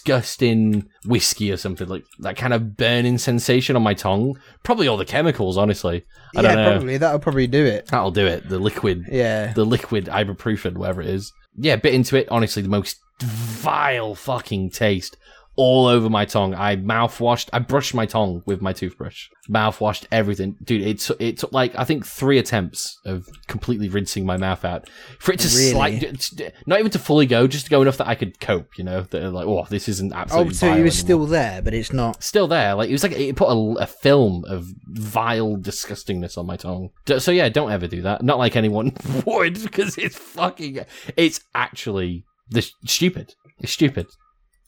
Speaker 1: disgusting whiskey or something like that kind of burning sensation on my tongue. Probably all the chemicals, honestly. I
Speaker 2: yeah.
Speaker 1: don't know.
Speaker 2: Probably that'll probably do it.
Speaker 1: That'll do it. The liquid
Speaker 2: Yeah.
Speaker 1: the liquid ibuprofen, whatever it is. Yeah, bit into it. Honestly, the most vile fucking taste all over my tongue. I mouthwashed. I brushed my tongue with my toothbrush. Mouthwashed everything, dude. It took it took like I think three attempts of completely rinsing my mouth out for it to
Speaker 2: Really?
Speaker 1: slight, not even to fully go, just to go enough that I could cope. You know, that like, oh, this isn't
Speaker 2: Oh,
Speaker 1: absolutely.
Speaker 2: so
Speaker 1: vile
Speaker 2: you were
Speaker 1: anymore."
Speaker 2: still there, but it's not.
Speaker 1: still there. Like it was like it put a, a film of vile disgustingness on my tongue. D- So yeah, don't ever do that. Not like anyone would, because it's fucking. It's actually this stupid. It's stupid,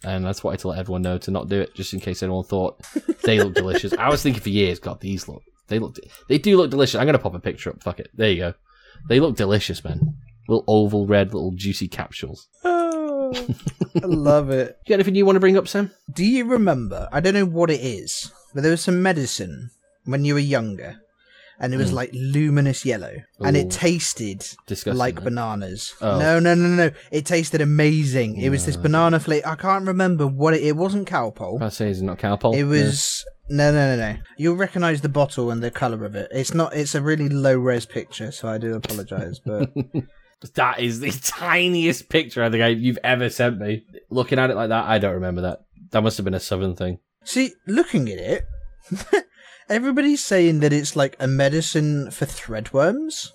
Speaker 1: and that's why I to let everyone know to not do it, just in case anyone thought they look delicious. I was thinking for years, God, these look. They look. They do look delicious. I'm gonna pop a picture up. Fuck it. There you go. They look delicious, man. Little oval red, little juicy capsules.
Speaker 2: Oh, I love it.
Speaker 1: You got anything you want to bring up, Sam?
Speaker 2: Do you remember? I don't know what it is, but there was some medicine when you were younger, and it was like luminous yellow, and
Speaker 1: Mm. Ooh.
Speaker 2: it tasted
Speaker 1: Disgusting.
Speaker 2: like
Speaker 1: then.
Speaker 2: bananas.
Speaker 1: Oh.
Speaker 2: No, no, no, no. It tasted amazing. It was this banana flavor. I can't remember what it. It wasn't cowpole.
Speaker 1: I say it's not cowpole.
Speaker 2: It
Speaker 1: No.
Speaker 2: was no, no, no, no. You'll recognise the bottle and the colour of it. It's not. It's a really low res picture, so I do apologise. But
Speaker 1: That is the tiniest picture I think I, you've ever sent me. Looking at it like that, I don't remember that. That must have been a southern thing.
Speaker 2: see, looking at it, everybody's saying that it's like a medicine for threadworms.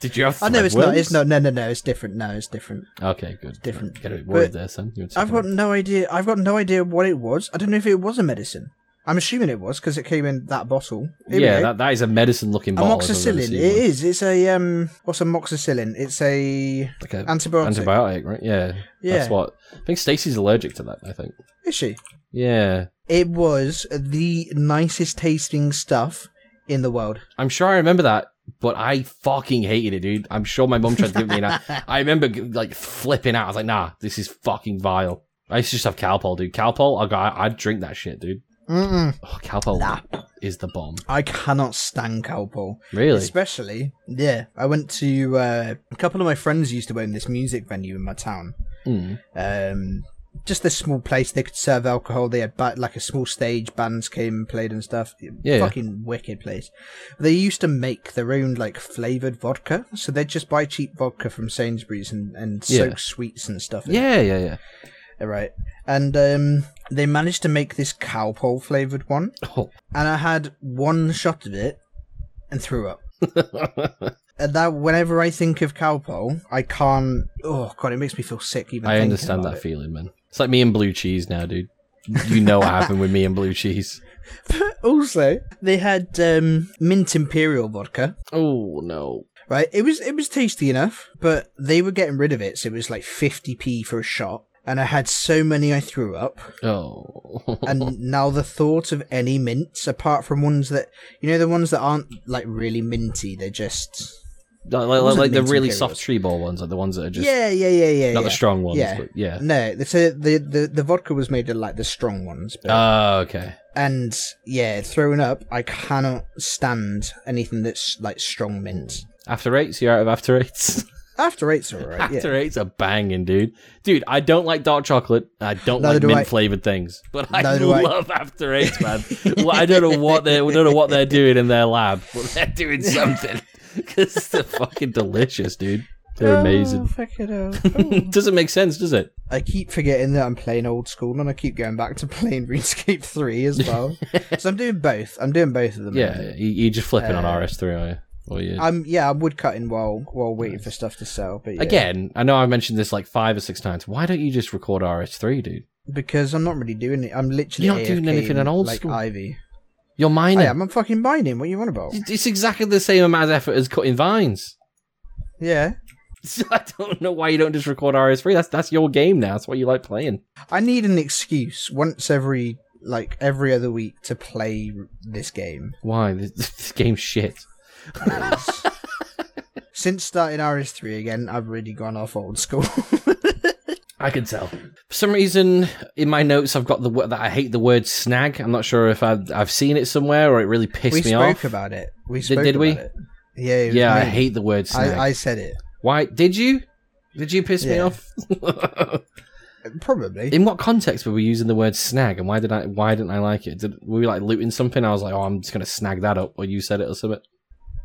Speaker 1: Did you have?
Speaker 2: Oh no, it's not. It's
Speaker 1: threadworms?
Speaker 2: not. No, no, no. It's different. No, it's different.
Speaker 1: Okay, good.
Speaker 2: Different.
Speaker 1: Get a bit worried
Speaker 2: But
Speaker 1: there, son. You were
Speaker 2: I've
Speaker 1: taking
Speaker 2: got
Speaker 1: it.
Speaker 2: no idea. I've got no idea what it was. I don't know if it was a medicine. I'm assuming it was because it came in that bottle. Here we
Speaker 1: Yeah,
Speaker 2: go.
Speaker 1: that, that is a medicine-looking bottle. if I've ever
Speaker 2: amoxicillin. It
Speaker 1: seen one.
Speaker 2: is. It's a um. What's amoxicillin? It's a
Speaker 1: Like a
Speaker 2: antibiotic.
Speaker 1: antibiotic, right? Yeah,
Speaker 2: yeah.
Speaker 1: That's what. I think Stacey's allergic to that. I think.
Speaker 2: Is she?
Speaker 1: Yeah,
Speaker 2: It was the nicest tasting stuff in the world.
Speaker 1: I'm sure I remember that, but I fucking hated it, dude. I'm sure my mum tried to give me an. I remember like flipping out. I was like, nah, this is fucking vile. I used to just have Calpol, dude. Calpol, I got, I'd drink that shit, dude.
Speaker 2: Mm-mm.
Speaker 1: Oh, Calpol
Speaker 2: Nah.
Speaker 1: is the bomb.
Speaker 2: I cannot stand cowpole.
Speaker 1: Really?
Speaker 2: Especially, yeah. I went to uh, a couple of my friends used to own this music venue in my town.
Speaker 1: Mm.
Speaker 2: um, just this small place. They could serve alcohol. They had ba- like a small stage. Bands came and played and stuff.
Speaker 1: Yeah.
Speaker 2: Fucking wicked place. They used to make their own like flavored vodka. So they'd just buy cheap vodka from Sainsbury's and, and
Speaker 1: Yeah.
Speaker 2: soak sweets and stuff. in it.
Speaker 1: Yeah, yeah, yeah.
Speaker 2: Right. And um, they managed to make this cowpole flavored one.
Speaker 1: Oh.
Speaker 2: And I had one shot of it and threw up. And that whenever I think of cowpole, I can't. Oh god, it makes me feel sick. Even
Speaker 1: I
Speaker 2: thinking
Speaker 1: understand
Speaker 2: about
Speaker 1: that
Speaker 2: it.
Speaker 1: feeling, man. It's like me and blue cheese now, dude. You know what happened with me and blue cheese.
Speaker 2: also, they had um, mint imperial vodka.
Speaker 1: Oh no.
Speaker 2: Right, it was it was tasty enough, but they were getting rid of it, so it was like fifty p for a shot. And I had so many I threw up.
Speaker 1: Oh.
Speaker 2: And now the thought of any mints, apart from ones that you know, the ones that aren't like really minty, they're just
Speaker 1: like like,
Speaker 2: wasn't
Speaker 1: like the
Speaker 2: mint
Speaker 1: really
Speaker 2: Imperials.
Speaker 1: soft tree ball ones, like the ones that are just
Speaker 2: yeah, yeah, yeah, yeah.
Speaker 1: not
Speaker 2: yeah.
Speaker 1: the strong ones,
Speaker 2: Yeah.
Speaker 1: but yeah.
Speaker 2: no, the, so the the the vodka was made of like the strong ones, but,
Speaker 1: Oh, okay.
Speaker 2: and yeah, throwing up. I cannot stand anything that's like strong mint.
Speaker 1: After eights, you're out of after eights.
Speaker 2: After eight's alright. yeah.
Speaker 1: after eights are banging, dude. Dude, I don't like dark chocolate. I don't
Speaker 2: Neither
Speaker 1: like
Speaker 2: do
Speaker 1: mint
Speaker 2: I.
Speaker 1: flavored things, but I
Speaker 2: Neither do I.
Speaker 1: love after eights, man. well, I don't know what they I don't know what they're doing in their lab, but they're doing something because they're fucking delicious, dude. They're amazing. Doesn't make sense, does it?
Speaker 2: I keep forgetting that I'm playing old school, and I keep going back to playing RuneScape 3 as well. so I'm doing both. I'm doing both of them.
Speaker 1: Yeah, you- you're just flipping on
Speaker 2: Uh,
Speaker 1: RS3, are you? Or you?
Speaker 2: I'm yeah. I'm woodcutting while while waiting for stuff to sell. But yeah,
Speaker 1: Again, I know I've mentioned this like five or six times. Why don't you just record RS3, dude?
Speaker 2: because I'm not really doing it. I'm literally
Speaker 1: You're not doing
Speaker 2: AFK
Speaker 1: anything in old
Speaker 2: like
Speaker 1: school.
Speaker 2: Ivy.
Speaker 1: You're
Speaker 2: I
Speaker 1: mining.
Speaker 2: am. I'm fucking mining. What you on about?
Speaker 1: It's exactly the same amount of effort as cutting vines.
Speaker 2: Yeah.
Speaker 1: So I don't know why you don't just record RS3. That's that's your game now. That's what you like playing.
Speaker 2: I need an excuse once every like every other week to play this game.
Speaker 1: Why this, this game's shit?
Speaker 2: Since starting RS3 again, I've really gone off old school.
Speaker 1: I can tell. For some reason, in my notes, I've got the word that I hate the word snag. I'm not sure if I've I've seen it somewhere or it really pissed
Speaker 2: we
Speaker 1: me
Speaker 2: spoke
Speaker 1: off.
Speaker 2: about it. We
Speaker 1: Did-
Speaker 2: spoke
Speaker 1: did
Speaker 2: about
Speaker 1: we?
Speaker 2: it. Yeah, it was
Speaker 1: yeah, I
Speaker 2: me.
Speaker 1: hate the word snag.
Speaker 2: I, I said it.
Speaker 1: Why did you? Did you piss me
Speaker 2: Yeah.
Speaker 1: off?
Speaker 2: Probably.
Speaker 1: in what context were we using the word snag, and why did I? Why didn't I like it? Did, were we like looting something? I was like, oh, I'm just gonna snag that up, or you said it or something.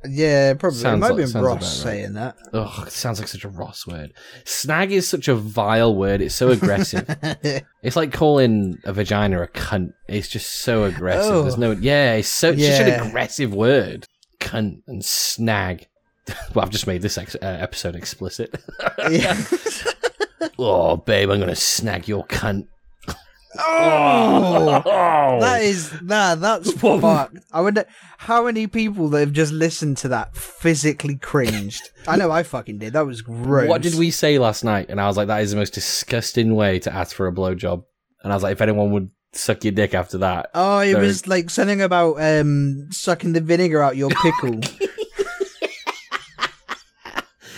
Speaker 2: yeah, probably.
Speaker 1: Sounds
Speaker 2: it might
Speaker 1: like-
Speaker 2: have been
Speaker 1: sounds
Speaker 2: Ross
Speaker 1: about right.
Speaker 2: saying that.
Speaker 1: Ugh, it sounds like such a Ross word. Snag is such a vile word. It's so aggressive. it's like calling a vagina a cunt. It's just so aggressive.
Speaker 2: Oh.
Speaker 1: There's no. Yeah, it's so it's such an
Speaker 2: Yeah.
Speaker 1: aggressive word. Cunt and snag. Well, I've just made this ex- uh, episode explicit.
Speaker 2: Yeah.
Speaker 1: oh, babe, I'm gonna snag your cunt.
Speaker 2: oh,
Speaker 1: Oh.
Speaker 2: that is nah. That's
Speaker 1: Whoa.
Speaker 2: fucked. I wonder how many people that have just listened to that physically cringed. I know I fucking did. That was gross.
Speaker 1: What did we say last night? And I was like, that is the most disgusting way to ask for a blowjob. And I was like, if anyone would suck your dick after that,
Speaker 2: Oh, it
Speaker 1: Sorry.
Speaker 2: was like something about um sucking the vinegar out your pickle.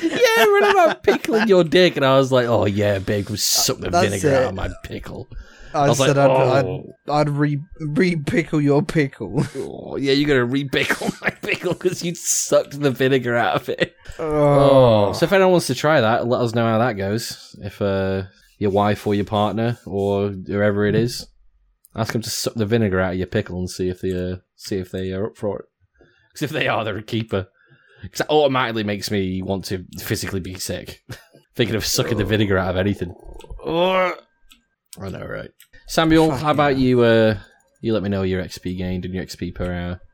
Speaker 1: yeah, run about pickling your dick. And I was like, oh, yeah, big, suck the
Speaker 2: Uh, That's
Speaker 1: vinegar
Speaker 2: it.
Speaker 1: out of my pickle.
Speaker 2: I,
Speaker 1: I was
Speaker 2: said
Speaker 1: like,
Speaker 2: I'd,
Speaker 1: oh,
Speaker 2: I'd I'd re re pickle your pickle.
Speaker 1: oh, yeah, you're going to re pickle my pickle because you sucked the vinegar out of it.
Speaker 2: Oh.
Speaker 1: So if anyone wants to try that, let us know how that goes. If uh, your wife or your partner or whoever it is, ask them to suck the vinegar out of your pickle and see if they uh, see if they are up for it. Because if they are, they're a keeper. Because that automatically makes me want to physically be sick. Thinking of sucking the vinegar out of anything.
Speaker 2: Oh.
Speaker 1: I know, right? Samuel,
Speaker 2: Fucking
Speaker 1: how about
Speaker 2: hell.
Speaker 1: you? Uh, you let me know your XP gained and your XP per hour.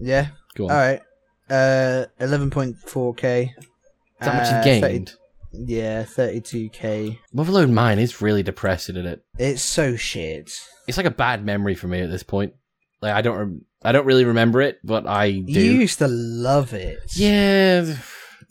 Speaker 2: Yeah.
Speaker 1: Go on.
Speaker 2: All right. Uh, 11.4k.
Speaker 1: Is that much
Speaker 2: Uh,
Speaker 1: you
Speaker 2: 30
Speaker 1: gained?
Speaker 2: yeah, 32k.
Speaker 1: Motherlode mine is really depressing, isn't it?
Speaker 2: It's so shit.
Speaker 1: it's like a bad memory for me at this point. Like I don't, rem- I don't really remember it, but I do.
Speaker 2: You used to love it.
Speaker 1: yeah,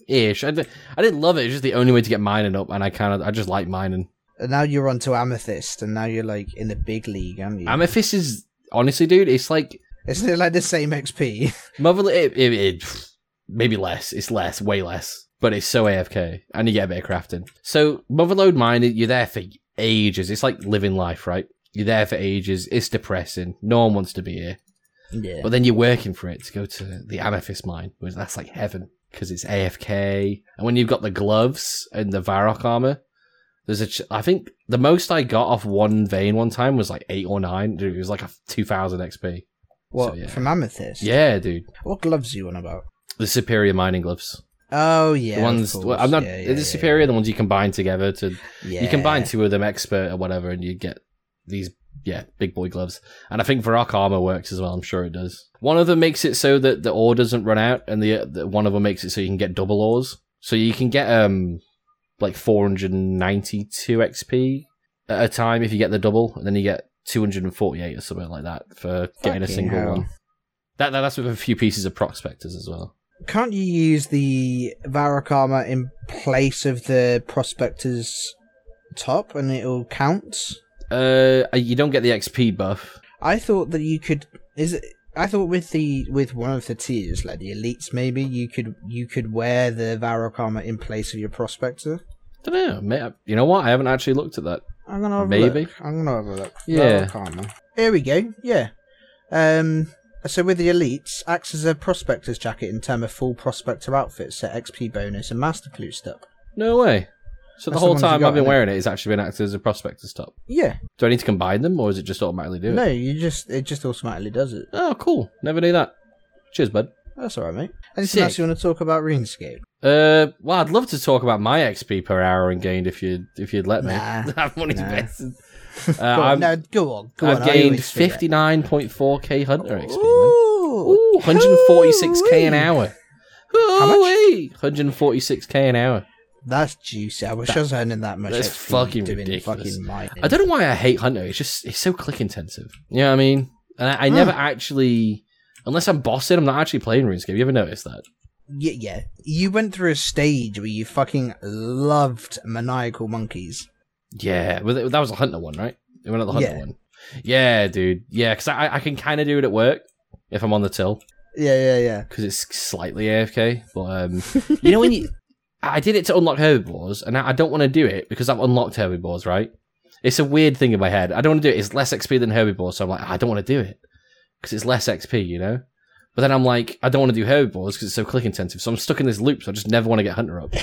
Speaker 1: ish. I, di- I didn't love it. It's just the only way to get mining up, and I kind of, I just like mining.
Speaker 2: And now you're onto Amethyst, and now you're like in the big league, aren't you?
Speaker 1: Amethyst is honestly, dude. It's like
Speaker 2: Isn't it like the same XP?
Speaker 1: mother. It, it, it, maybe less. It's less, way less. But it's so AFK, and you get a bit of crafting. So motherlode mine, you're there for ages. It's like living life, right? You're there for ages. It's depressing. No one wants to be here.
Speaker 2: yeah.
Speaker 1: But then you're working for it to go to the amethyst mine, which that's like heaven because it's AFK. And when you've got the gloves and the Varrock armor, there's a. Ch- I think the most I got off one vein one time was like eight or nine. Dude, it was like a two thousand XP.
Speaker 2: What
Speaker 1: so, yeah.
Speaker 2: from Amethyst?
Speaker 1: Yeah, dude,
Speaker 2: What gloves are you on about?
Speaker 1: the superior mining gloves.
Speaker 2: Oh yeah.
Speaker 1: the ones
Speaker 2: of
Speaker 1: well,
Speaker 2: course.
Speaker 1: I'm not
Speaker 2: Yeah, yeah,
Speaker 1: the
Speaker 2: yeah,
Speaker 1: superior. The ones you combine together to
Speaker 2: Yeah.
Speaker 1: you combine two of them, expert or whatever, and you get these, yeah, big boy gloves. And I think Varrock armor works as well. I'm sure it does. One of them makes it so that the ore doesn't run out, and the, the one of them makes it so you can get double ores. So you can get um like 492 XP at a time if you get the double, and then you get 248 or something like that for getting a
Speaker 2: Fucking
Speaker 1: single
Speaker 2: hell.
Speaker 1: one. That, that that's with a few pieces of prospectors as well.
Speaker 2: Can't you use the Varrock armor in place of the Prospector's top, and it'll count?
Speaker 1: Uh, you don't get the XP buff.
Speaker 2: I thought that you could. Is it? I thought with the with one of the tiers, like the elites, maybe you could you could wear the Varrock armor in place of your prospector.
Speaker 1: don't know. You know what? I haven't actually looked at that.
Speaker 2: I'm gonna have a
Speaker 1: Maybe.
Speaker 2: look. I'm gonna have a look.
Speaker 1: Yeah.
Speaker 2: Varrock armor. Here we go. Yeah. Um. So with the elites, acts as a prospector's jacket in term of full prospector outfit, set XP bonus and master clue stuff.
Speaker 1: No way. So the
Speaker 2: That's the
Speaker 1: whole
Speaker 2: ones you
Speaker 1: time
Speaker 2: got,
Speaker 1: I've been
Speaker 2: innit?
Speaker 1: wearing it, it's actually been acted as a prospector's top.
Speaker 2: Yeah.
Speaker 1: Do I need to combine them, or is it just automatically do it?
Speaker 2: No, you just it just automatically does it.
Speaker 1: Oh, cool. Never knew that. Cheers, bud.
Speaker 2: That's alright, mate. Anything else
Speaker 1: Sick.
Speaker 2: you want to talk about RuneScape?
Speaker 1: Uh, well, I'd love to talk about my XP per hour and gained if you if you'd let me.
Speaker 2: Nah.
Speaker 1: I've money
Speaker 2: Nah.
Speaker 1: invested. Uh,
Speaker 2: Go on,
Speaker 1: I've,
Speaker 2: no, go on. Go
Speaker 1: I've
Speaker 2: on, I
Speaker 1: gained
Speaker 2: always forget.
Speaker 1: fifty nine point four k hunter XP. Man.
Speaker 2: Ooh,
Speaker 1: Ooh, 146k an
Speaker 2: hooray.
Speaker 1: hour.
Speaker 2: How much?
Speaker 1: 146k an hour.
Speaker 2: That's juicy. I wish I was earning that much.
Speaker 1: that's
Speaker 2: XP
Speaker 1: fucking
Speaker 2: doing
Speaker 1: ridiculous.
Speaker 2: Fucking mining.
Speaker 1: I don't know why I hate Hunter. It's just it's so click intensive. You know what I mean? And I, I
Speaker 2: Hmm.
Speaker 1: never actually, unless I'm bossing, I'm not actually playing RuneScape. You ever noticed that?
Speaker 2: Yeah, yeah. You went through a stage where you fucking loved maniacal monkeys.
Speaker 1: Yeah, well, that that was a Hunter one, right? It went at the Hunter
Speaker 2: Yeah.
Speaker 1: one. Yeah, dude. Yeah, because I, I can kind of do it at work if I'm on the till
Speaker 2: Yeah, yeah,
Speaker 1: because it's slightly AFK. But um, you know when you, I did it to unlock herbivores, and I, I don't want to do it because I've unlocked herbivores, right? It's a weird thing in my head. I don't want to do it. It's less XP than herbivores, so I'm like, I don't want to do it because it's less XP, you know. But then I'm like, I don't want to do herbivores because it's so click intensive. So I'm stuck in this loop. So I just never want to get hunter up.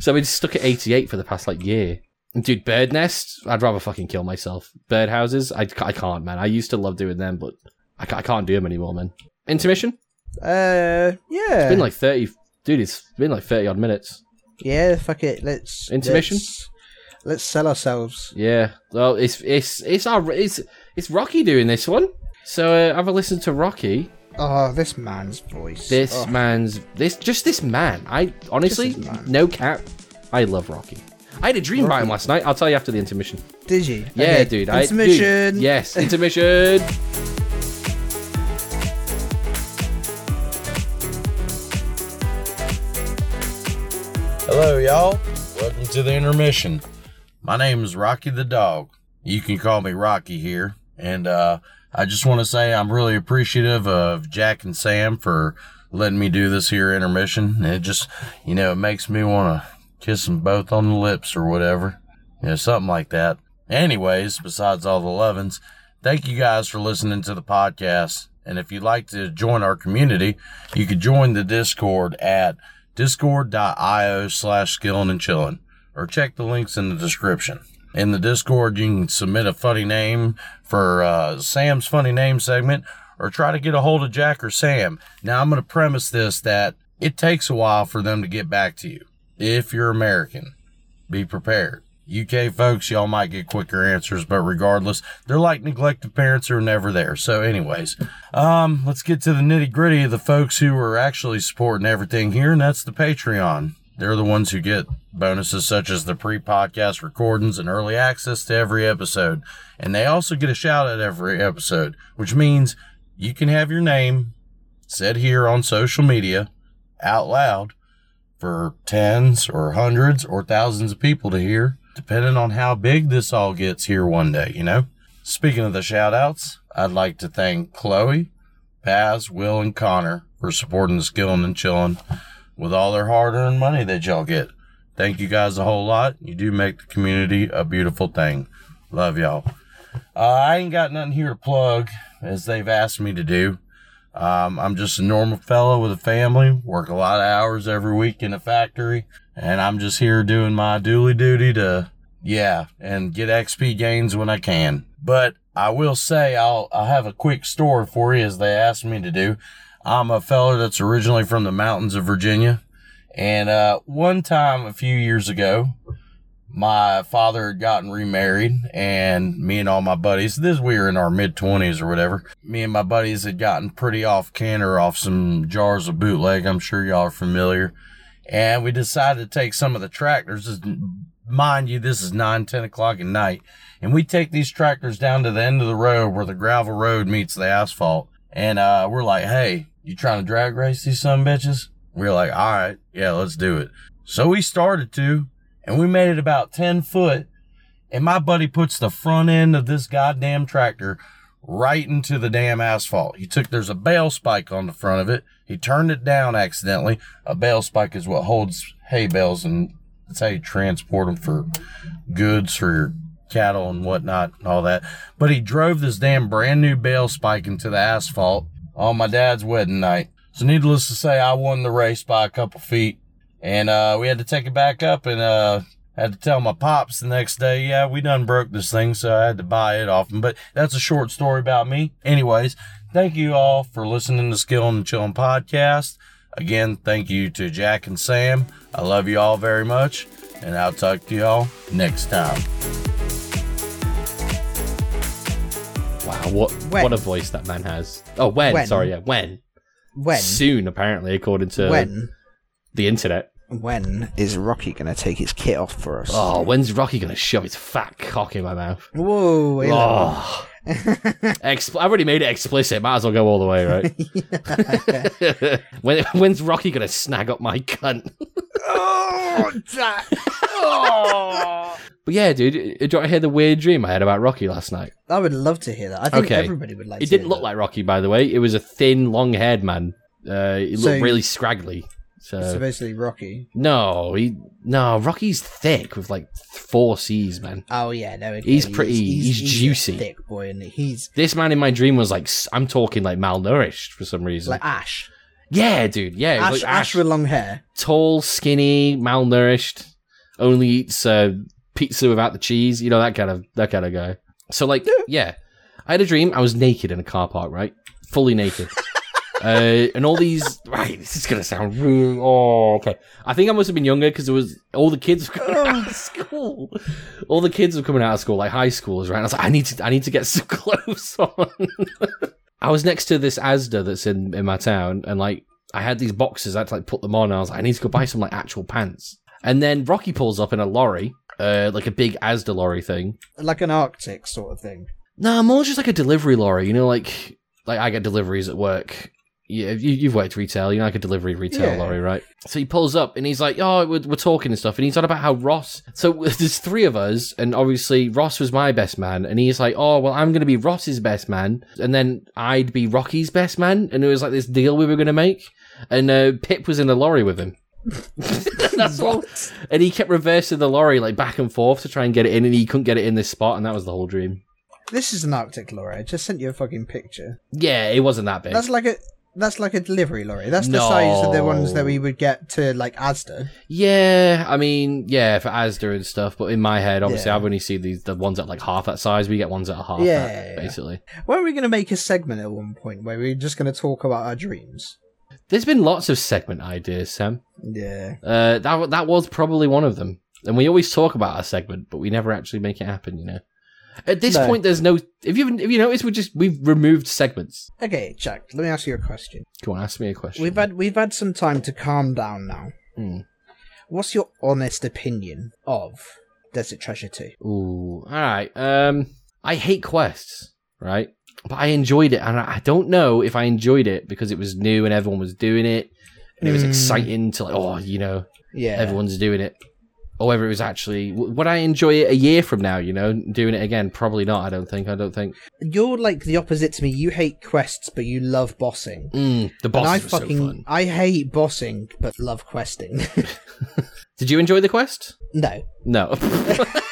Speaker 1: so I've been stuck at 88 for the past like year. Dude, bird nests. I'd rather fucking kill myself. Bird houses. I, ca- I can't, man. I used to love doing them, but I, ca- I can't do them anymore, man. Intermission.
Speaker 2: yeah. Uh, yeah.
Speaker 1: It's been like 30. Dude, it's been like 30 odd minutes.
Speaker 2: yeah, fuck it. Let's
Speaker 1: Intermission?
Speaker 2: Let's, let's sell ourselves.
Speaker 1: Yeah. Well, it's it's it's our it's it's Rocky doing this one. So uh, have a listen to Rocky.
Speaker 2: Oh, this man's voice.
Speaker 1: This
Speaker 2: Oh,
Speaker 1: man's this just this man. I honestly
Speaker 2: Just this man.
Speaker 1: no cap. I love Rocky. I had a dream about him
Speaker 2: Rocky.
Speaker 1: last night. I'll tell you after the intermission.
Speaker 2: did you?
Speaker 1: Yeah,
Speaker 2: Okay.
Speaker 1: dude. I- dude,
Speaker 2: Intermission.
Speaker 1: yes, intermission.
Speaker 3: Hello, y'all. Welcome to the intermission. My name is Rocky the Dog. You can call me Rocky here. And uh, I just want to say I'm really appreciative of Jack and Sam for letting me do this here intermission. It just, you know, it makes me want to kiss them both on the lips or whatever. You know, something like that. Anyways, besides all the lovins, thank you guys for listening to the podcast. And if you'd like to join our community, you could join the Discord at discord.io slash skillin' and chillin', or check the links in the description. In the Discord, you can submit a funny name for uh, Sam's funny name segment, or try to get a hold of Jack or Sam. Now, I'm going to premise this that it takes a while for them to get back to you. If you're American, be prepared. UK folks, y'all might get quicker answers, but regardless, they're like neglected parents who are never there. So, anyways, um, let's get to the nitty gritty of the folks who are actually supporting everything here, and that's the Patreon. They're the ones who get bonuses such as the pre podcast recordings and early access to every episode. And they also get a shout out every episode, which means you can have your name said here on social media out loud for tens or hundreds or thousands of people to hear, depending on how big this all gets here one day, you know? Speaking of the shout outs, I'd like to thank Chloe, Paz, Will, and Connor for supporting the skillin' and chillin' with all their hard earned money that y'all get. Thank you guys a whole lot. You do make the community a beautiful thing. Love y'all. Uh, I ain't got nothing here to plug as they've asked me to do. Um, I'm just a normal fellow with a family, work a lot of hours every week in a factory, and I'm just here doing my duly duty to, yeah, and get XP gains when I can. But I will say I'll, I'll have a quick story for you as they asked me to do. I'm a fella that's originally from the mountains of Virginia. And, uh, one time a few years ago, my father had gotten remarried and me and all my buddies this we were in our mid 20s or whatever me and my buddies had gotten pretty off canter off some jars of bootleg i'm sure y'all are familiar and we decided to take some of the tractors This is- mind you this is 9 10 o'clock at night and we take these tractors down to the end of the road where the gravel road meets the asphalt and uh, we're like hey you trying to drag race these some bitches we're like all right yeah let's do it so we started to and we made it about 10 foot. And my buddy puts the front end of this goddamn tractor right into the damn asphalt. He took, there's a bale spike on the front of it. He turned it down accidentally. A bale spike is what holds hay bales and that's how you transport them for goods for your cattle and whatnot and all that. But he drove this damn brand new bale spike into the asphalt on my dad's wedding night. So needless to say, I won the race by a couple feet and uh, we had to take it back up and uh, had to tell my pops the next day, yeah, we done broke this thing, so I had to buy it off him. But that's a short story about me. Anyways, thank you all for listening to Skill and Chillin' podcast. Again, thank you to Jack and Sam. I love you all very much, and I'll talk to y'all next time.
Speaker 1: Wow, what
Speaker 2: When?
Speaker 1: what a voice that man has. Oh, when?
Speaker 2: When?
Speaker 1: Sorry, yeah, when?
Speaker 2: When?
Speaker 1: Soon, apparently, according to
Speaker 2: When?
Speaker 1: the internet.
Speaker 2: When is Rocky going to take his kit off for us?
Speaker 1: Oh, when's Rocky gonna shove his fat cock in my mouth?
Speaker 2: Whoa! wait a
Speaker 1: Oh. Expl- I've already made it explicit. Might as well go all the way, right? when, when's Rocky gonna snag up my cunt?
Speaker 2: Oh, Jack. Oh.
Speaker 1: But yeah, dude, do you want to hear the weird dream I had about Rocky last night?
Speaker 2: I would love to hear that. I think
Speaker 1: Okay.
Speaker 2: everybody would like.
Speaker 1: It
Speaker 2: to
Speaker 1: didn't
Speaker 2: hear
Speaker 1: look
Speaker 2: that.
Speaker 1: like Rocky, by the way. It was a thin, long-haired man. Uh, he looked
Speaker 2: So-
Speaker 1: really scraggly. So
Speaker 2: supposedly Rocky.
Speaker 1: no, he no Rocky's thick with like four C's, man.
Speaker 2: Oh yeah, no, okay,
Speaker 1: He's pretty- he's juicy.
Speaker 2: a thick boy, and he's
Speaker 1: This man in my dream was like s- I'm talking like malnourished for some reason.
Speaker 2: like Ash.
Speaker 1: yeah, dude. Yeah, it
Speaker 2: Ash,
Speaker 1: was like
Speaker 2: Ash with long hair.
Speaker 1: tall, skinny, malnourished, only eats uh, pizza without the cheese. You know that kind of that kind of guy. So like, yeah, I had a dream. I was naked in a car park, right, fully naked, uh, and all these. Right, this is gonna sound really. Oh, okay. I think I must have been younger because there was all the kids were coming out of school. All the kids were coming out of school, like high schoolers, right? And I was like, I need to, I need to get some clothes on. I was next to this ASDA that's in in my town, and like I had these boxes. I had to like put them on. And I was like, I need to go buy some like actual pants. And then Rocky pulls up in a lorry, uh, like a big Asda lorry thing.
Speaker 2: Like an Arctic sort of thing.
Speaker 1: No, more just like a delivery lorry. You know, like like I get deliveries at work. Yeah, you, you've worked retail. You know, like a delivery retail
Speaker 2: Yeah.
Speaker 1: lorry, right? So he pulls up and he's like, "Oh, we're, we're talking and stuff." And he's on about how Ross. So there's three of us, and obviously Ross was my best man, and he's like, "Oh, well, I'm gonna be Ross's best man, and then I'd be Rocky's best man." And it was like this deal we were gonna make, and uh, Pip was in the lorry with him. That's all. And he kept reversing the lorry like back and forth to try and get it in, and he couldn't get it in this spot, and that was the whole dream.
Speaker 2: This is an Arctic lorry. I just sent you a fucking picture.
Speaker 1: Yeah, it wasn't that big.
Speaker 2: That's like a that's like a delivery lorry. That's the size of the ones that
Speaker 1: No.
Speaker 2: we would get to like Asda.
Speaker 1: Yeah, I mean, yeah, for Asda and stuff. But in my head, obviously,
Speaker 2: Yeah.
Speaker 1: I've only seen these the ones at like half that size. We get ones that are half
Speaker 2: Yeah,
Speaker 1: that,
Speaker 2: yeah, yeah.
Speaker 1: basically.
Speaker 2: Weren't we going to make a segment at one point where we are just going to talk about our dreams?
Speaker 1: There's been lots of segment ideas, Sam.
Speaker 2: Yeah.
Speaker 1: Uh, that wa- that was probably one of them. And we always talk about our segment, but we never actually make it happen. You know. At this
Speaker 2: No.
Speaker 1: point, there's no. If you if you notice, we just we've removed segments.
Speaker 2: Okay, Jack. Let me ask you a question.
Speaker 1: Go on, ask me a question.
Speaker 2: We've had we've had some time to calm down now.
Speaker 1: Hmm.
Speaker 2: What's your honest opinion of Desert Treasure Two?
Speaker 1: Ooh, all right. Um, I hate quests, right? But I enjoyed it, and I I don't know if I enjoyed it because it was new and everyone was doing it, and it was
Speaker 2: Mm.
Speaker 1: exciting to like, oh, you know,
Speaker 2: Yeah.
Speaker 1: everyone's doing it. Or whether it was actually w- would I enjoy it a year from now? You know, doing it again? Probably not. I don't think. I don't think.
Speaker 2: You're like the opposite to me. You hate quests, but you love bossing.
Speaker 1: Mm, the
Speaker 2: And I
Speaker 1: boss was
Speaker 2: fucking
Speaker 1: so fun.
Speaker 2: I hate bossing, but love questing.
Speaker 1: Did you enjoy the quest?
Speaker 2: no,
Speaker 1: No.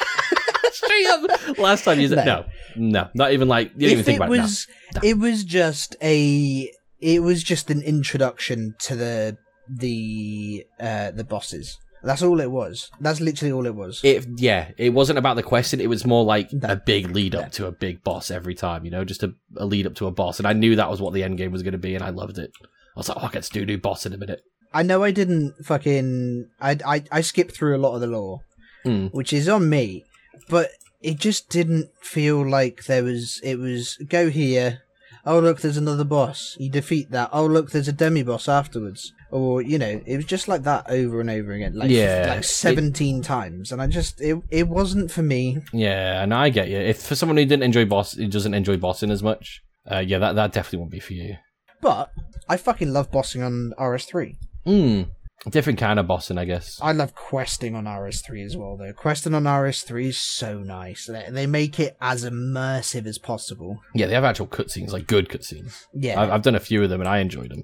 Speaker 1: Straight up. Last time you said no,
Speaker 2: No.
Speaker 1: no, not even like you didn't even
Speaker 2: if
Speaker 1: think
Speaker 2: it
Speaker 1: about it. no.
Speaker 2: was it was just a it was just an introduction to the the uh the bosses. That's all it was. That's literally all it was.
Speaker 1: it yeah it wasn't about the question it was more like
Speaker 2: No.
Speaker 1: a big lead up
Speaker 2: No.
Speaker 1: to a big boss every time you know just a, a lead up to a boss and i knew that was what the end game was going to be and i loved it i was like oh i get to do new boss in a minute
Speaker 2: I know I didn't fucking I I I skipped through a lot of the lore,
Speaker 1: Hmm.
Speaker 2: which is on me, but it just didn't feel like there was it was go here. Oh look, there's another boss. You defeat that. Oh look, there's a demi boss afterwards. Or you know, it was just like that over and over again, like
Speaker 1: Yeah.
Speaker 2: like seventeen times, and I just it it wasn't for me.
Speaker 1: yeah and i get you if for someone who didn't enjoy boss who doesn't enjoy bossing as much uh, yeah that, that definitely won't be for you
Speaker 2: But I fucking love bossing on RS3.
Speaker 1: mm, different kind of bossing i guess
Speaker 2: I love questing on RS3 as well, though. Questing on RS3 is so nice. They, they make it as immersive as possible.
Speaker 1: yeah they have actual cutscenes like good cutscenes
Speaker 2: Yeah.
Speaker 1: I've, I've done a few of them and i enjoyed them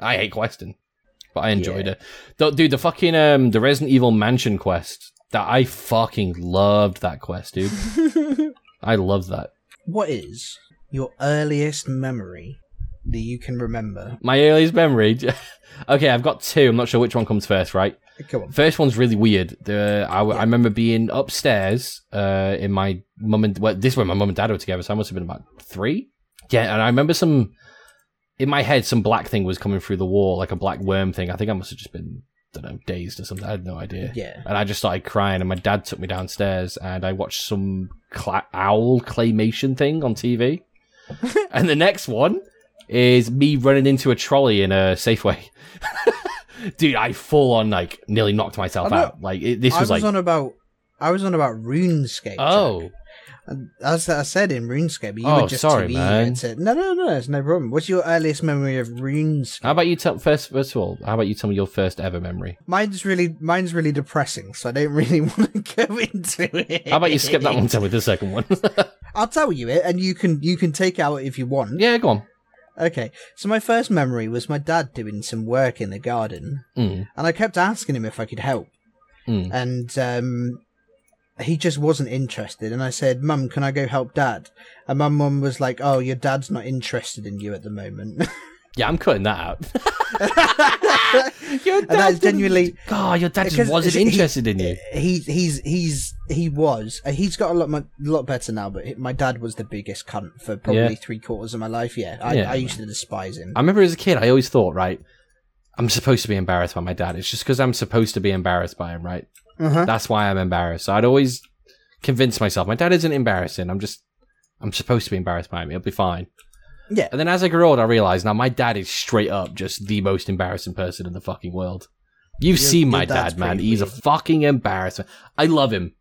Speaker 1: i hate questing but i enjoyed
Speaker 2: Yeah.
Speaker 1: it Th- dude the fucking um the resident evil mansion quest that i fucking loved that quest dude I love that.
Speaker 2: what is your earliest memory that you can remember?
Speaker 1: My earliest memory. okay, I've got two. I'm not sure which one comes first, right?
Speaker 2: Come on.
Speaker 1: First one's really weird. The I, w- I
Speaker 2: Yeah.
Speaker 1: remember being upstairs uh, in my mum and well, this is when my mum and dad were together, so I must have been about three. Yeah, and I remember some in my head some black thing was coming through the wall, like a black worm thing. I think I must have just been I don't know dazed or something. I had no idea.
Speaker 2: Yeah.
Speaker 1: And I just started crying, and my dad took me downstairs, and I watched some cla- owl claymation thing on TV. and the next one is me running into a trolley in a Safeway. Dude, I full on like nearly knocked myself
Speaker 2: I know.
Speaker 1: out. Like it, this
Speaker 2: I
Speaker 1: was
Speaker 2: was
Speaker 1: like,
Speaker 2: on about. I was on about RuneScape.
Speaker 1: oh,
Speaker 2: Jack. And as I said in RuneScape, you
Speaker 1: Oh,
Speaker 2: were just
Speaker 1: sorry,
Speaker 2: too
Speaker 1: man.
Speaker 2: eager to. No, no, no, it's no problem. What's your earliest memory of RuneScape?
Speaker 1: how about you tell first? First of all, how about you tell me your first ever memory?
Speaker 2: Mine's really, mine's really depressing, so I don't really want to go into it.
Speaker 1: How about you skip that one? Tell me the second one.
Speaker 2: I'll tell you it, and you can you can take it out if you want.
Speaker 1: yeah, go on.
Speaker 2: Okay. So my first memory was my dad doing some work in the garden,
Speaker 1: Mm.
Speaker 2: and I kept asking him if I could help,
Speaker 1: Mm.
Speaker 2: and um, he just wasn't interested. And I said, "Mum, can I go help Dad?" And my mum was like, "Oh, your dad's not interested in you at the moment."
Speaker 1: Yeah, I'm cutting that out. your
Speaker 2: And that
Speaker 1: didn't-
Speaker 2: is genuinely-
Speaker 1: God, your dad just
Speaker 2: because
Speaker 1: wasn't
Speaker 2: he-
Speaker 1: interested in you.
Speaker 2: he he's he's he was Uh, he's got a lot mu- lot better now but he- my dad was the biggest cunt for probably
Speaker 1: Yeah.
Speaker 2: three quarters of my life yeah i,
Speaker 1: Yeah.
Speaker 2: I used to despise him
Speaker 1: I remember as a kid, I always thought, right, I'm supposed to be embarrassed by my dad. It's just because I'm supposed to be embarrassed by him, right?
Speaker 2: uh-huh.
Speaker 1: That's why I'm embarrassed. So I'd always convince myself my dad isn't embarrassing. I'm just, I'm supposed to be embarrassed by him. It'll be fine.
Speaker 2: Yeah.
Speaker 1: And then as I grew older, I realized now my dad is straight up just the most embarrassing person in the fucking world. You've
Speaker 2: Your-
Speaker 1: seen
Speaker 2: your
Speaker 1: my
Speaker 2: dad's
Speaker 1: dad, man.
Speaker 2: pretty
Speaker 1: He's a
Speaker 2: weird.
Speaker 1: fucking embarrassment. I love him,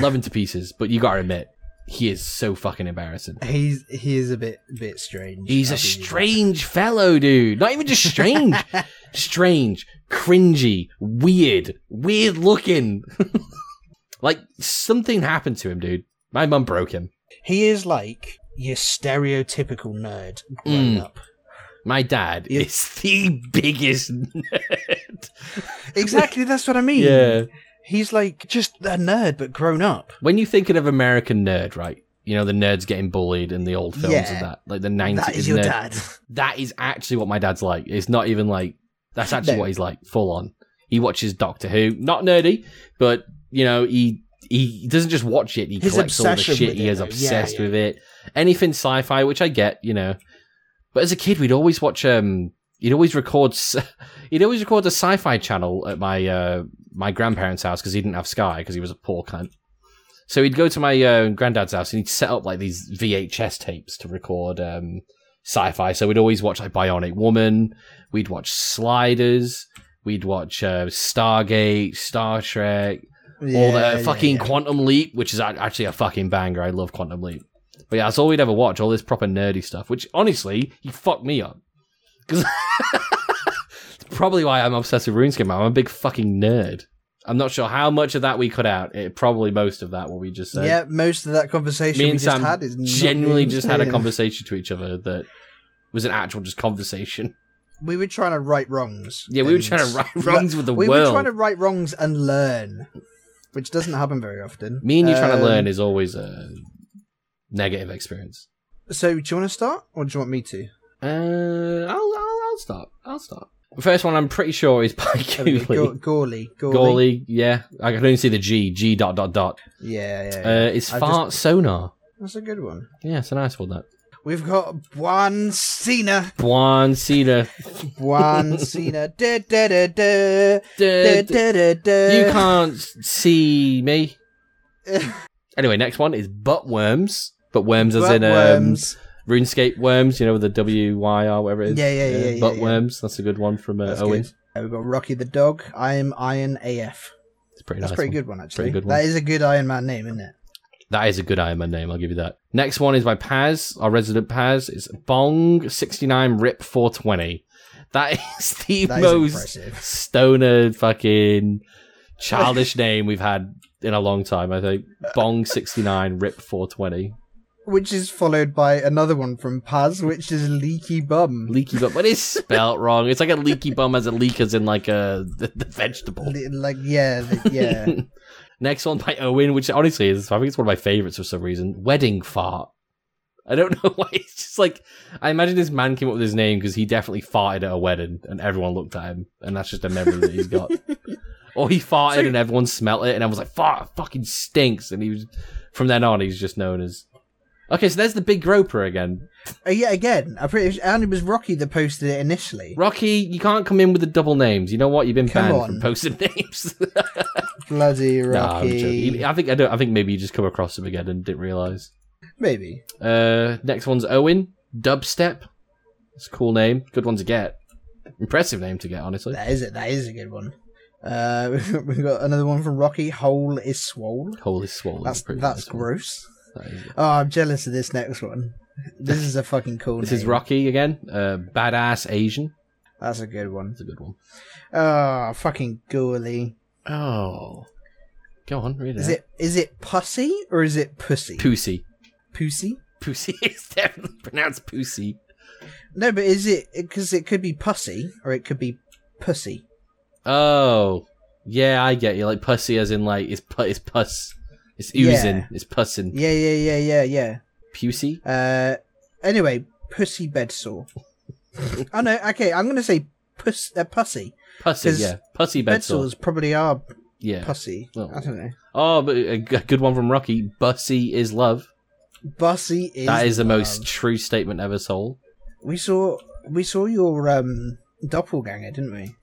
Speaker 1: love him to pieces. But you gotta admit, he is so fucking embarrassing.
Speaker 2: he's he is a bit bit strange
Speaker 1: He's
Speaker 2: I'll
Speaker 1: a
Speaker 2: be honest.
Speaker 1: strange fellow, dude. Not even just strange. strange, cringy, weird, weird looking. like something happened to him, dude. My mum broke him.
Speaker 2: he is like your stereotypical nerd grown
Speaker 1: Mm.
Speaker 2: up
Speaker 1: My dad
Speaker 2: Yeah.
Speaker 1: is the biggest nerd.
Speaker 2: exactly that's what i mean
Speaker 1: Yeah.
Speaker 2: he's like just a nerd but grown up
Speaker 1: When you're thinking of American nerd, right? You know, the nerds getting bullied in the old films
Speaker 2: Yeah.
Speaker 1: and that. Like the 90s.
Speaker 2: that is your
Speaker 1: nerd-
Speaker 2: dad.
Speaker 1: That is actually what my dad's like. It's not even like, that's actually
Speaker 2: No.
Speaker 1: what he's like, full on. He watches Doctor Who. Not nerdy, but, you know, he he doesn't just watch it, he
Speaker 2: His
Speaker 1: collects all the
Speaker 2: obsession
Speaker 1: shit.
Speaker 2: with
Speaker 1: He
Speaker 2: it,
Speaker 1: is
Speaker 2: though. Yeah,
Speaker 1: obsessed
Speaker 2: yeah.
Speaker 1: with it. Anything sci fi, which I get, you know. But as a kid, we'd always watch, um, he'd always record, s- he'd always record the sci fi channel at my, uh, my grandparents' house because he didn't have Sky because he was a poor cunt. So he'd go to my uh, granddad's house and he'd set up like these VHS tapes to record um, sci-fi. So we'd always watch like Bionic Woman. We'd watch Sliders. We'd watch uh, Stargate, Star Trek, all
Speaker 2: Yeah,
Speaker 1: the
Speaker 2: yeah,
Speaker 1: fucking
Speaker 2: yeah.
Speaker 1: Quantum Leap, which is a- actually a fucking banger. I love Quantum Leap. But yeah, that's all we'd ever watch. All this proper nerdy stuff, which honestly, he fucked me up. Because probably why I'm obsessed with RuneScape. man. I'm a big fucking nerd. I'm not sure how much of that we cut out. It, probably most of that. What we just said.
Speaker 2: yeah, most of that conversation
Speaker 1: me
Speaker 2: we
Speaker 1: and
Speaker 2: just
Speaker 1: Sam
Speaker 2: had is not
Speaker 1: generally
Speaker 2: being
Speaker 1: just had a
Speaker 2: clear.
Speaker 1: conversation to each other that was an actual just conversation.
Speaker 2: We were trying to right wrongs.
Speaker 1: Yeah, we were
Speaker 2: and
Speaker 1: trying to right
Speaker 2: le-
Speaker 1: wrongs with the
Speaker 2: We were
Speaker 1: world.
Speaker 2: trying to right wrongs and learn, which doesn't happen very often.
Speaker 1: Me and you trying
Speaker 2: Um,
Speaker 1: to learn is always a negative experience.
Speaker 2: So, do you want to start, or do you want me to?
Speaker 1: Uh, I'll, I'll I'll start. I'll start. The first one I'm pretty sure is by
Speaker 2: There we
Speaker 1: Cooley.
Speaker 2: go. Go- Gorley. Gorley.
Speaker 1: Goalie, yeah. I can only see the G. G dot dot dot.
Speaker 2: Yeah, yeah. yeah.
Speaker 1: Uh, it's
Speaker 2: I just-
Speaker 1: fart sonar.
Speaker 2: That's a good one.
Speaker 1: Yeah, it's a nice one. That
Speaker 2: We've got Juan Cena.
Speaker 1: Buon Cena.
Speaker 2: Juan Cena. Da, da, da, da. Da,
Speaker 1: Duh, duh.
Speaker 2: da, da, da.
Speaker 1: Uh, You can't see me. Anyway, next one is butt worms. But worms as in um,
Speaker 2: Worms.
Speaker 1: RuneScape worms, you know, with the W Y R whatever it is. Uh,
Speaker 2: Yeah, yeah, yeah, yeah,
Speaker 1: butt
Speaker 2: yeah.
Speaker 1: worms. That's a good one from uh,
Speaker 2: That's
Speaker 1: Owen.
Speaker 2: good. Uh, We've got Rocky the Dog. I am Iron AF.
Speaker 1: It's a pretty
Speaker 2: That's
Speaker 1: nice.
Speaker 2: pretty
Speaker 1: one.
Speaker 2: good one, actually.
Speaker 1: Pretty good
Speaker 2: That
Speaker 1: one.
Speaker 2: is a good Iron Man name, isn't it?
Speaker 1: That is a good Iron Man name. I'll give you that. Next one is by Paz, our resident Paz. It's Bong sixty nine Rip four twenty. That is the
Speaker 2: That is
Speaker 1: most
Speaker 2: impressive.
Speaker 1: stoner fucking childish name we've had in a long time. I think Bong sixty nine Rip four twenty.
Speaker 2: Which is followed by another one from Paz, which is Leaky Bum.
Speaker 1: Leaky bum, but it's spelt wrong. It's like a leaky bum as a leak as in like a the, the vegetable.
Speaker 2: Le- like, yeah, the- yeah.
Speaker 1: Next one by Owen, which honestly is, I think it's one of my favorites for some reason. Wedding fart. I don't know why. It's just like, I imagine this man came up with his name because he definitely farted at a wedding and everyone looked at him. And that's just a memory that he's got. Or he farted
Speaker 2: So-
Speaker 1: and everyone smelt it and I was like, fart it fucking stinks. And he was, from then on, he's just known as. Okay, so there's the big groper again.
Speaker 2: Uh, yeah, again, I pretty and it was Rocky that posted it initially.
Speaker 1: Rocky, you can't come in with the double names. You know what? You've been
Speaker 2: Come
Speaker 1: banned
Speaker 2: on.
Speaker 1: from posting names.
Speaker 2: Bloody
Speaker 1: Nah, I'm
Speaker 2: Rocky.
Speaker 1: joking. I think I don't. I think maybe you just come across him again and didn't realize.
Speaker 2: Maybe.
Speaker 1: Uh, next one's Owen Dubstep. It's a cool name. Good one to get. Impressive name to get, honestly.
Speaker 2: That is it. That is a good one. Uh, we've got another one from Rocky. Hole is swole.
Speaker 1: Holy swollen.
Speaker 2: That's
Speaker 1: pretty nice
Speaker 2: that's
Speaker 1: one.
Speaker 2: gross.
Speaker 1: That is-
Speaker 2: Oh, I'm jealous of this next one. This is a fucking cool.
Speaker 1: This
Speaker 2: name.
Speaker 1: is Rocky again. Uh, badass Asian.
Speaker 2: That's a good one.
Speaker 1: That's a good one.
Speaker 2: Oh, fucking ghouly.
Speaker 1: Oh, go on, read it.
Speaker 2: Is
Speaker 1: out.
Speaker 2: it is it pussy or is it pussy?
Speaker 1: Pussy?
Speaker 2: pussy.
Speaker 1: Pussy is definitely pronounced Pussy.
Speaker 2: No, but is it because it could be pussy or it could be pussy?
Speaker 1: Oh, yeah, I get you. Like pussy, as in like it's pu- it's pus, it's oozing,
Speaker 2: Yeah.
Speaker 1: it's pussing.
Speaker 2: Yeah, yeah, yeah, yeah,
Speaker 1: Pussy.
Speaker 2: yeah. Uh, anyway, pussy bed sore. oh no, okay, I'm gonna say puss, uh, pussy.
Speaker 1: Pussy,
Speaker 2: 'Cause
Speaker 1: yeah. Pussy
Speaker 2: Bed
Speaker 1: bedsore.
Speaker 2: sores probably are
Speaker 1: Yeah.
Speaker 2: pussy.
Speaker 1: Well.
Speaker 2: I don't know.
Speaker 1: Oh, but a g- a good one from Rocky. Bussy is love.
Speaker 2: Bussy is
Speaker 1: that is the
Speaker 2: love.
Speaker 1: most true statement ever, Soul.
Speaker 2: We saw we saw your um doppelganger, didn't we?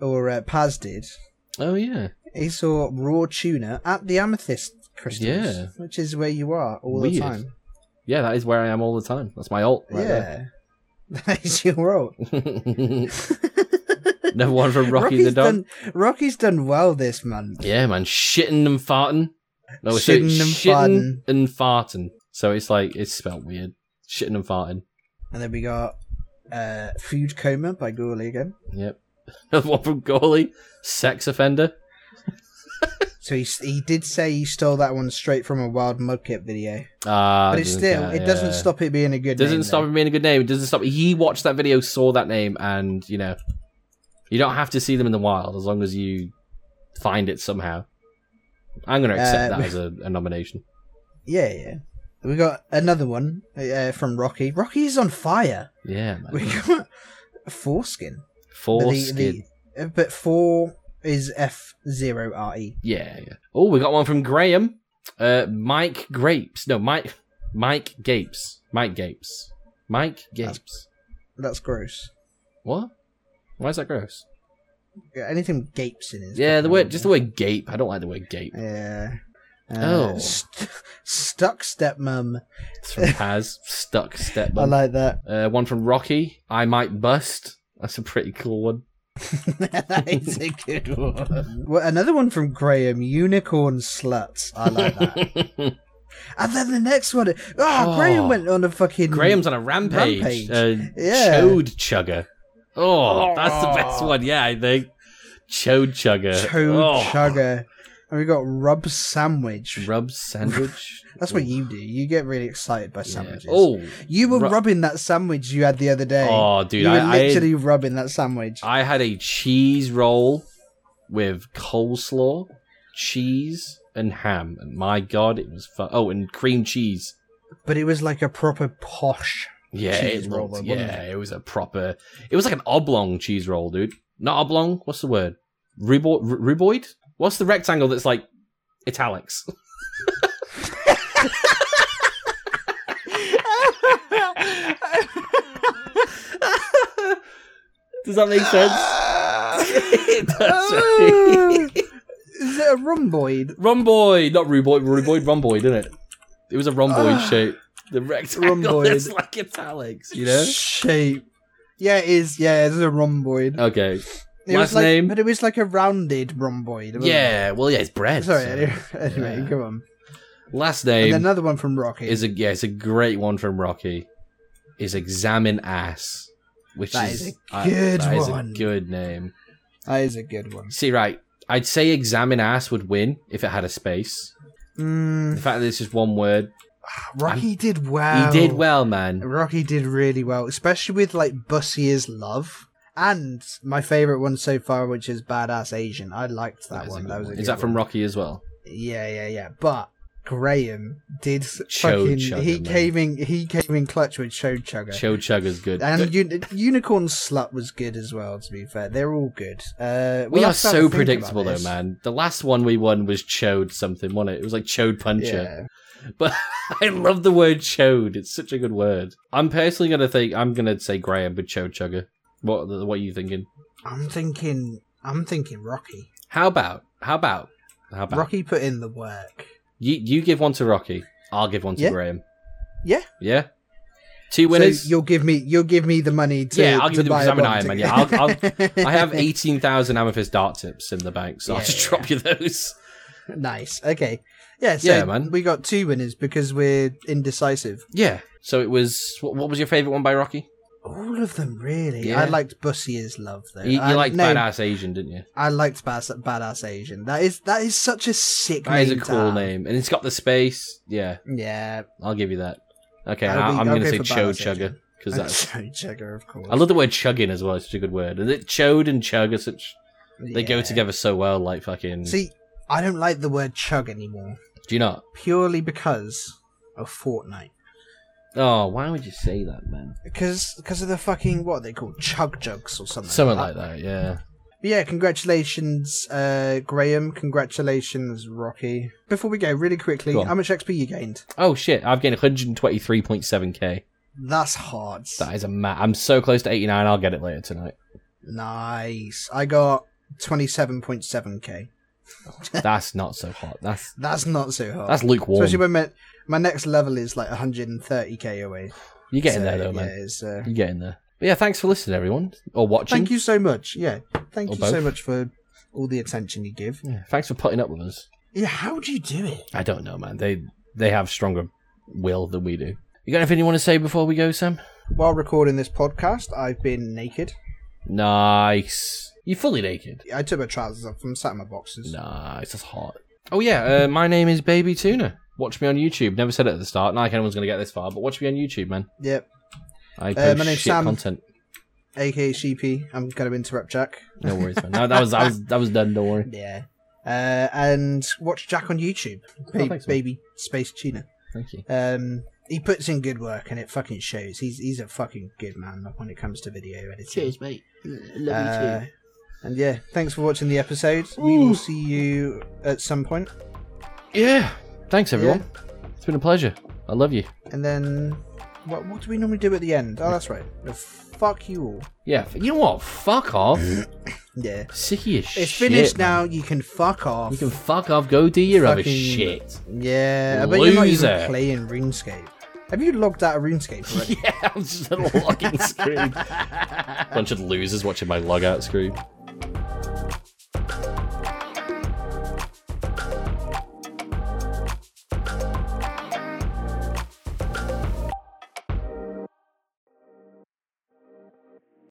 Speaker 2: Or uh, Paz did.
Speaker 1: Oh yeah,
Speaker 2: He saw raw tuna at the amethyst crystals,
Speaker 1: Yeah.
Speaker 2: which is where you are all the
Speaker 1: Weird.
Speaker 2: time.
Speaker 1: yeah. That is where I am all the time. That's my alt. Right yeah.
Speaker 2: yeah, that is your role.
Speaker 1: Another one from Rocky the
Speaker 2: Rocky's
Speaker 1: dog.
Speaker 2: Done, Rocky's done well this month.
Speaker 1: Yeah, man. Shitting and farting. No, it's shitting,
Speaker 2: Shitting
Speaker 1: shitting
Speaker 2: and
Speaker 1: and farting. So it's like it's spelt weird. Shitting and farting.
Speaker 2: And then we got uh, Food Coma by Gourley again.
Speaker 1: Yep. Another one from Goalie. Sex offender.
Speaker 2: So he, he did say he stole that one straight from a Wild Mudkip video.
Speaker 1: Ah,
Speaker 2: But it's
Speaker 1: doesn't
Speaker 2: still,
Speaker 1: count,
Speaker 2: it doesn't
Speaker 1: yeah.
Speaker 2: stop it being a good
Speaker 1: doesn't
Speaker 2: name,
Speaker 1: stop
Speaker 2: though.
Speaker 1: him being a good name. It doesn't stop. He watched that video, saw that name, and you know, you don't have to see them in the wild as long as you find it somehow. I'm going to accept
Speaker 2: Uh,
Speaker 1: that as a, a nomination.
Speaker 2: Yeah, yeah. We got another one uh, from Rocky. Rocky's on fire.
Speaker 1: Yeah, man.
Speaker 2: We got foreskin. But the-
Speaker 1: Foreskin.
Speaker 2: the- uh, but four is F zero R E.
Speaker 1: Yeah, yeah. Oh, we got one from Graham. Uh, Mike Grapes. No, Mike. Mike Gapes. Mike Gapes. Mike Gapes.
Speaker 2: That's- That's gross.
Speaker 1: What? Why is that gross?
Speaker 2: Yeah, Anything with gapes in it. is
Speaker 1: yeah, the word,
Speaker 2: definitely-
Speaker 1: just the word gape. I don't like the word gape.
Speaker 2: Yeah. Uh,
Speaker 1: Oh.
Speaker 2: St- stuck stepmom.
Speaker 1: It's from Paz. Stuck step.
Speaker 2: I like that.
Speaker 1: uh, one from Rocky. I might bust. That's a pretty cool one.
Speaker 2: that is a good one. Well, another one from Graham. Unicorn sluts. I like that. and then the next one. ah,
Speaker 1: Oh.
Speaker 2: Graham went on a fucking.
Speaker 1: Graham's on a rampage.
Speaker 2: Rampage.
Speaker 1: Uh,
Speaker 2: Yeah.
Speaker 1: Chode chugger. Oh, that's the best one. Yeah, I think. Chode chugger.
Speaker 2: Toad
Speaker 1: Oh.
Speaker 2: Chugger. And we got Rub Sandwich.
Speaker 1: Rub sandwich.
Speaker 2: That's what
Speaker 1: Ooh.
Speaker 2: you do. You get really excited by
Speaker 1: Yeah.
Speaker 2: sandwiches.
Speaker 1: Oh,
Speaker 2: You were
Speaker 1: Ru-
Speaker 2: rubbing that sandwich you had the other day.
Speaker 1: oh, dude!
Speaker 2: you were
Speaker 1: I, I, had,
Speaker 2: literally rubbing that sandwich.
Speaker 1: I had a cheese roll with coleslaw, cheese, and ham. And my god, it was fun. Oh, and cream cheese.
Speaker 2: But it was like a proper posh.
Speaker 1: Yeah,
Speaker 2: Cheese
Speaker 1: it
Speaker 2: roll,
Speaker 1: looked-
Speaker 2: though, wasn't
Speaker 1: yeah, it? was a proper. It was like an oblong cheese roll, dude. Not oblong. What's the word? Rubo- ru- ruboid. What's the rectangle that's like italics? Does that make sense? It does, right?
Speaker 2: Is it a rhomboid?
Speaker 1: rhomboid, not ruboid. Ruboid, rhomboid, isn't it? It was a rhomboid
Speaker 2: Ah.
Speaker 1: shape. The rectangle
Speaker 2: Rhomboid.
Speaker 1: that's like italics, you know?
Speaker 2: Shape. Yeah, it is. Yeah, it's a rhomboid.
Speaker 1: Okay.
Speaker 2: it was
Speaker 1: Uh, last
Speaker 2: like,
Speaker 1: name?
Speaker 2: But it was like a rounded rhomboid. wasn't
Speaker 1: Yeah, well, yeah, it's
Speaker 2: it?
Speaker 1: bread.
Speaker 2: Sorry,
Speaker 1: so-
Speaker 2: anyway, anyway,
Speaker 1: Yeah.
Speaker 2: come on.
Speaker 1: Last
Speaker 2: And
Speaker 1: name
Speaker 2: another one from Rocky.
Speaker 1: is a yeah, it's a great one from Rocky. Is examine ass, which
Speaker 2: That
Speaker 1: is
Speaker 2: is a
Speaker 1: I-
Speaker 2: good
Speaker 1: that is
Speaker 2: one.
Speaker 1: a good name.
Speaker 2: that is a good one.
Speaker 1: See, right, I'd say examine ass would win if it had a space.
Speaker 2: Mm,
Speaker 1: The fact that it's just one word,
Speaker 2: Rocky did well.
Speaker 1: he did well, man.
Speaker 2: Rocky did really well, especially with like Bussier's love. And my favorite one so far, which is Badass Asian. I liked that,
Speaker 1: is a
Speaker 2: one.
Speaker 1: good
Speaker 2: That was a
Speaker 1: is
Speaker 2: good
Speaker 1: that from
Speaker 2: one.
Speaker 1: Rocky as well?
Speaker 2: Yeah, yeah, yeah. But Graham did s-
Speaker 1: Chode
Speaker 2: fucking.
Speaker 1: chugger,
Speaker 2: he
Speaker 1: man.
Speaker 2: came in. He came in clutch with Chode Chugger.
Speaker 1: Chode Chugger's good.
Speaker 2: and un- Unicorn Slut was good as well. To be fair, they're all good. Uh,
Speaker 1: we are
Speaker 2: have to have a
Speaker 1: so
Speaker 2: think about
Speaker 1: predictable though,
Speaker 2: this.
Speaker 1: man. The last one we won was Chode something, wasn't it? It was like Chode Puncher.
Speaker 2: Yeah.
Speaker 1: But I love the word chode. It's such a good word. I'm personally gonna think I'm gonna say Graham, but chode chugger. What what are you thinking?
Speaker 2: I'm thinking. I'm thinking Rocky.
Speaker 1: How about how about how about
Speaker 2: Rocky put in the work.
Speaker 1: you you give one to Rocky. I'll give one to
Speaker 2: Yeah.
Speaker 1: Graham.
Speaker 2: Yeah.
Speaker 1: Yeah. Two
Speaker 2: Winners.
Speaker 1: winners.
Speaker 2: So you'll give me. You'll give me the money to.
Speaker 1: Yeah, I'll give
Speaker 2: to
Speaker 1: you the-
Speaker 2: buy
Speaker 1: because
Speaker 2: a
Speaker 1: I'm an
Speaker 2: bomb
Speaker 1: Iron Man,
Speaker 2: to-
Speaker 1: yeah, I'll- I have eighteen thousand amethyst dart tips in the bank, so I'll
Speaker 2: Yeah,
Speaker 1: just
Speaker 2: yeah,
Speaker 1: drop you those.
Speaker 2: Nice. Okay. Yeah. So
Speaker 1: Yeah, man.
Speaker 2: We got two winners because we're indecisive.
Speaker 1: Yeah. So it was. What, what was your favorite one by Rocky?
Speaker 2: All of them, really.
Speaker 1: Yeah.
Speaker 2: I liked Bussier's love though.
Speaker 1: You, you
Speaker 2: I,
Speaker 1: liked
Speaker 2: Uh, no,
Speaker 1: badass Asian, didn't you?
Speaker 2: I liked badass, badass Asian. That is that is such a sick.
Speaker 1: That is a
Speaker 2: name to
Speaker 1: cool
Speaker 2: have.
Speaker 1: name, and it's got the space. Yeah.
Speaker 2: Yeah.
Speaker 1: I'll give you that. Okay,
Speaker 2: That'll
Speaker 1: I,
Speaker 2: be-
Speaker 1: I'm
Speaker 2: Uh, I'll
Speaker 1: going to
Speaker 2: go
Speaker 1: say
Speaker 2: for
Speaker 1: chode
Speaker 2: Badass Asian.
Speaker 1: chugger because that's.
Speaker 2: Sorry, Jagger, of course.
Speaker 1: I love the word chugging as well. It's such a good word. And it chode and chug are such. They go
Speaker 2: Yeah.
Speaker 1: together so well. Like fucking.
Speaker 2: See, I don't like the word chug anymore
Speaker 1: do you not?
Speaker 2: purely because of Fortnite.
Speaker 1: Oh, why would you say that, man?
Speaker 2: Because because of the fucking what are they called chug jugs or something.
Speaker 1: Something like that. Yeah.
Speaker 2: But yeah, congratulations, uh, Graham. Congratulations, Rocky. Before we go, really quickly,
Speaker 1: Go on.
Speaker 2: how much XP you gained?
Speaker 1: Oh shit! I've gained 123.7k.
Speaker 2: That's hard.
Speaker 1: That is a ma I'm so close to 89. I'll get it later tonight.
Speaker 2: Nice. I got twenty-seven point seven k.
Speaker 1: That's not so hot. That's
Speaker 2: That's not so hard.
Speaker 1: that's lukewarm.
Speaker 2: Especially when my, my next level is like one hundred and thirty k away.
Speaker 1: You're getting
Speaker 2: So,
Speaker 1: there though, man.
Speaker 2: Yeah, it's, uh,
Speaker 1: You're getting there. But yeah, thanks for listening, everyone, or watching.
Speaker 2: Thank you so much. Yeah, thank
Speaker 1: Or
Speaker 2: you so
Speaker 1: both.
Speaker 2: much for all the attention you give.
Speaker 1: Yeah, thanks for putting up with us.
Speaker 2: Yeah, how do you do it?
Speaker 1: I don't know, man. They they have stronger will than we do. You got anything you want to say before we go, Sam?
Speaker 2: While recording this podcast, I've been naked.
Speaker 1: Nice. You fully naked.
Speaker 2: I took my trousers off. I'm sat in my boxes.
Speaker 1: Nice. That's hot. Oh yeah. Uh, my name is Baby Tuna. Watch me on YouTube. Never said it at the start. Not like anyone's gonna get this far, but watch me on YouTube, man.
Speaker 2: Yep.
Speaker 1: I
Speaker 2: Uh,
Speaker 1: post
Speaker 2: my name's
Speaker 1: shit
Speaker 2: Sam.
Speaker 1: content.
Speaker 2: AKA CP. I'm going to interrupt Jack.
Speaker 1: No worries, man. No, that was that was that was done. Don't worry.
Speaker 2: Yeah. Uh, and watch Jack on YouTube. Ba-
Speaker 1: thanks, man.
Speaker 2: baby Space Tuna.
Speaker 1: Thank you.
Speaker 2: Um, he puts in good work, and it fucking shows. He's he's a fucking good man when it comes to video editing.
Speaker 4: Cheers, mate. L- Love you
Speaker 2: Uh,
Speaker 4: too.
Speaker 2: and yeah, thanks for watching the episode. We will
Speaker 1: Ooh.
Speaker 2: see you at some point,
Speaker 1: Yeah. Thanks, everyone. It's been a pleasure. I love you.
Speaker 2: and then what? What do we normally do at the end? Oh, that's right. The fuck you all.
Speaker 1: Yeah. f- You know what? Fuck off.
Speaker 2: Yeah,
Speaker 1: Sick of your shit.
Speaker 2: it's finished
Speaker 1: man.
Speaker 2: now. You can fuck off.
Speaker 1: You can fuck off. Go do your other
Speaker 2: Fucking-
Speaker 1: shit.
Speaker 2: Yeah, I bet you're not
Speaker 1: Loser.
Speaker 2: even playing RuneScape. Have you logged out of RuneScape already?
Speaker 1: Yeah, I'm just on a login screen. Bunch of losers watching my logout screen.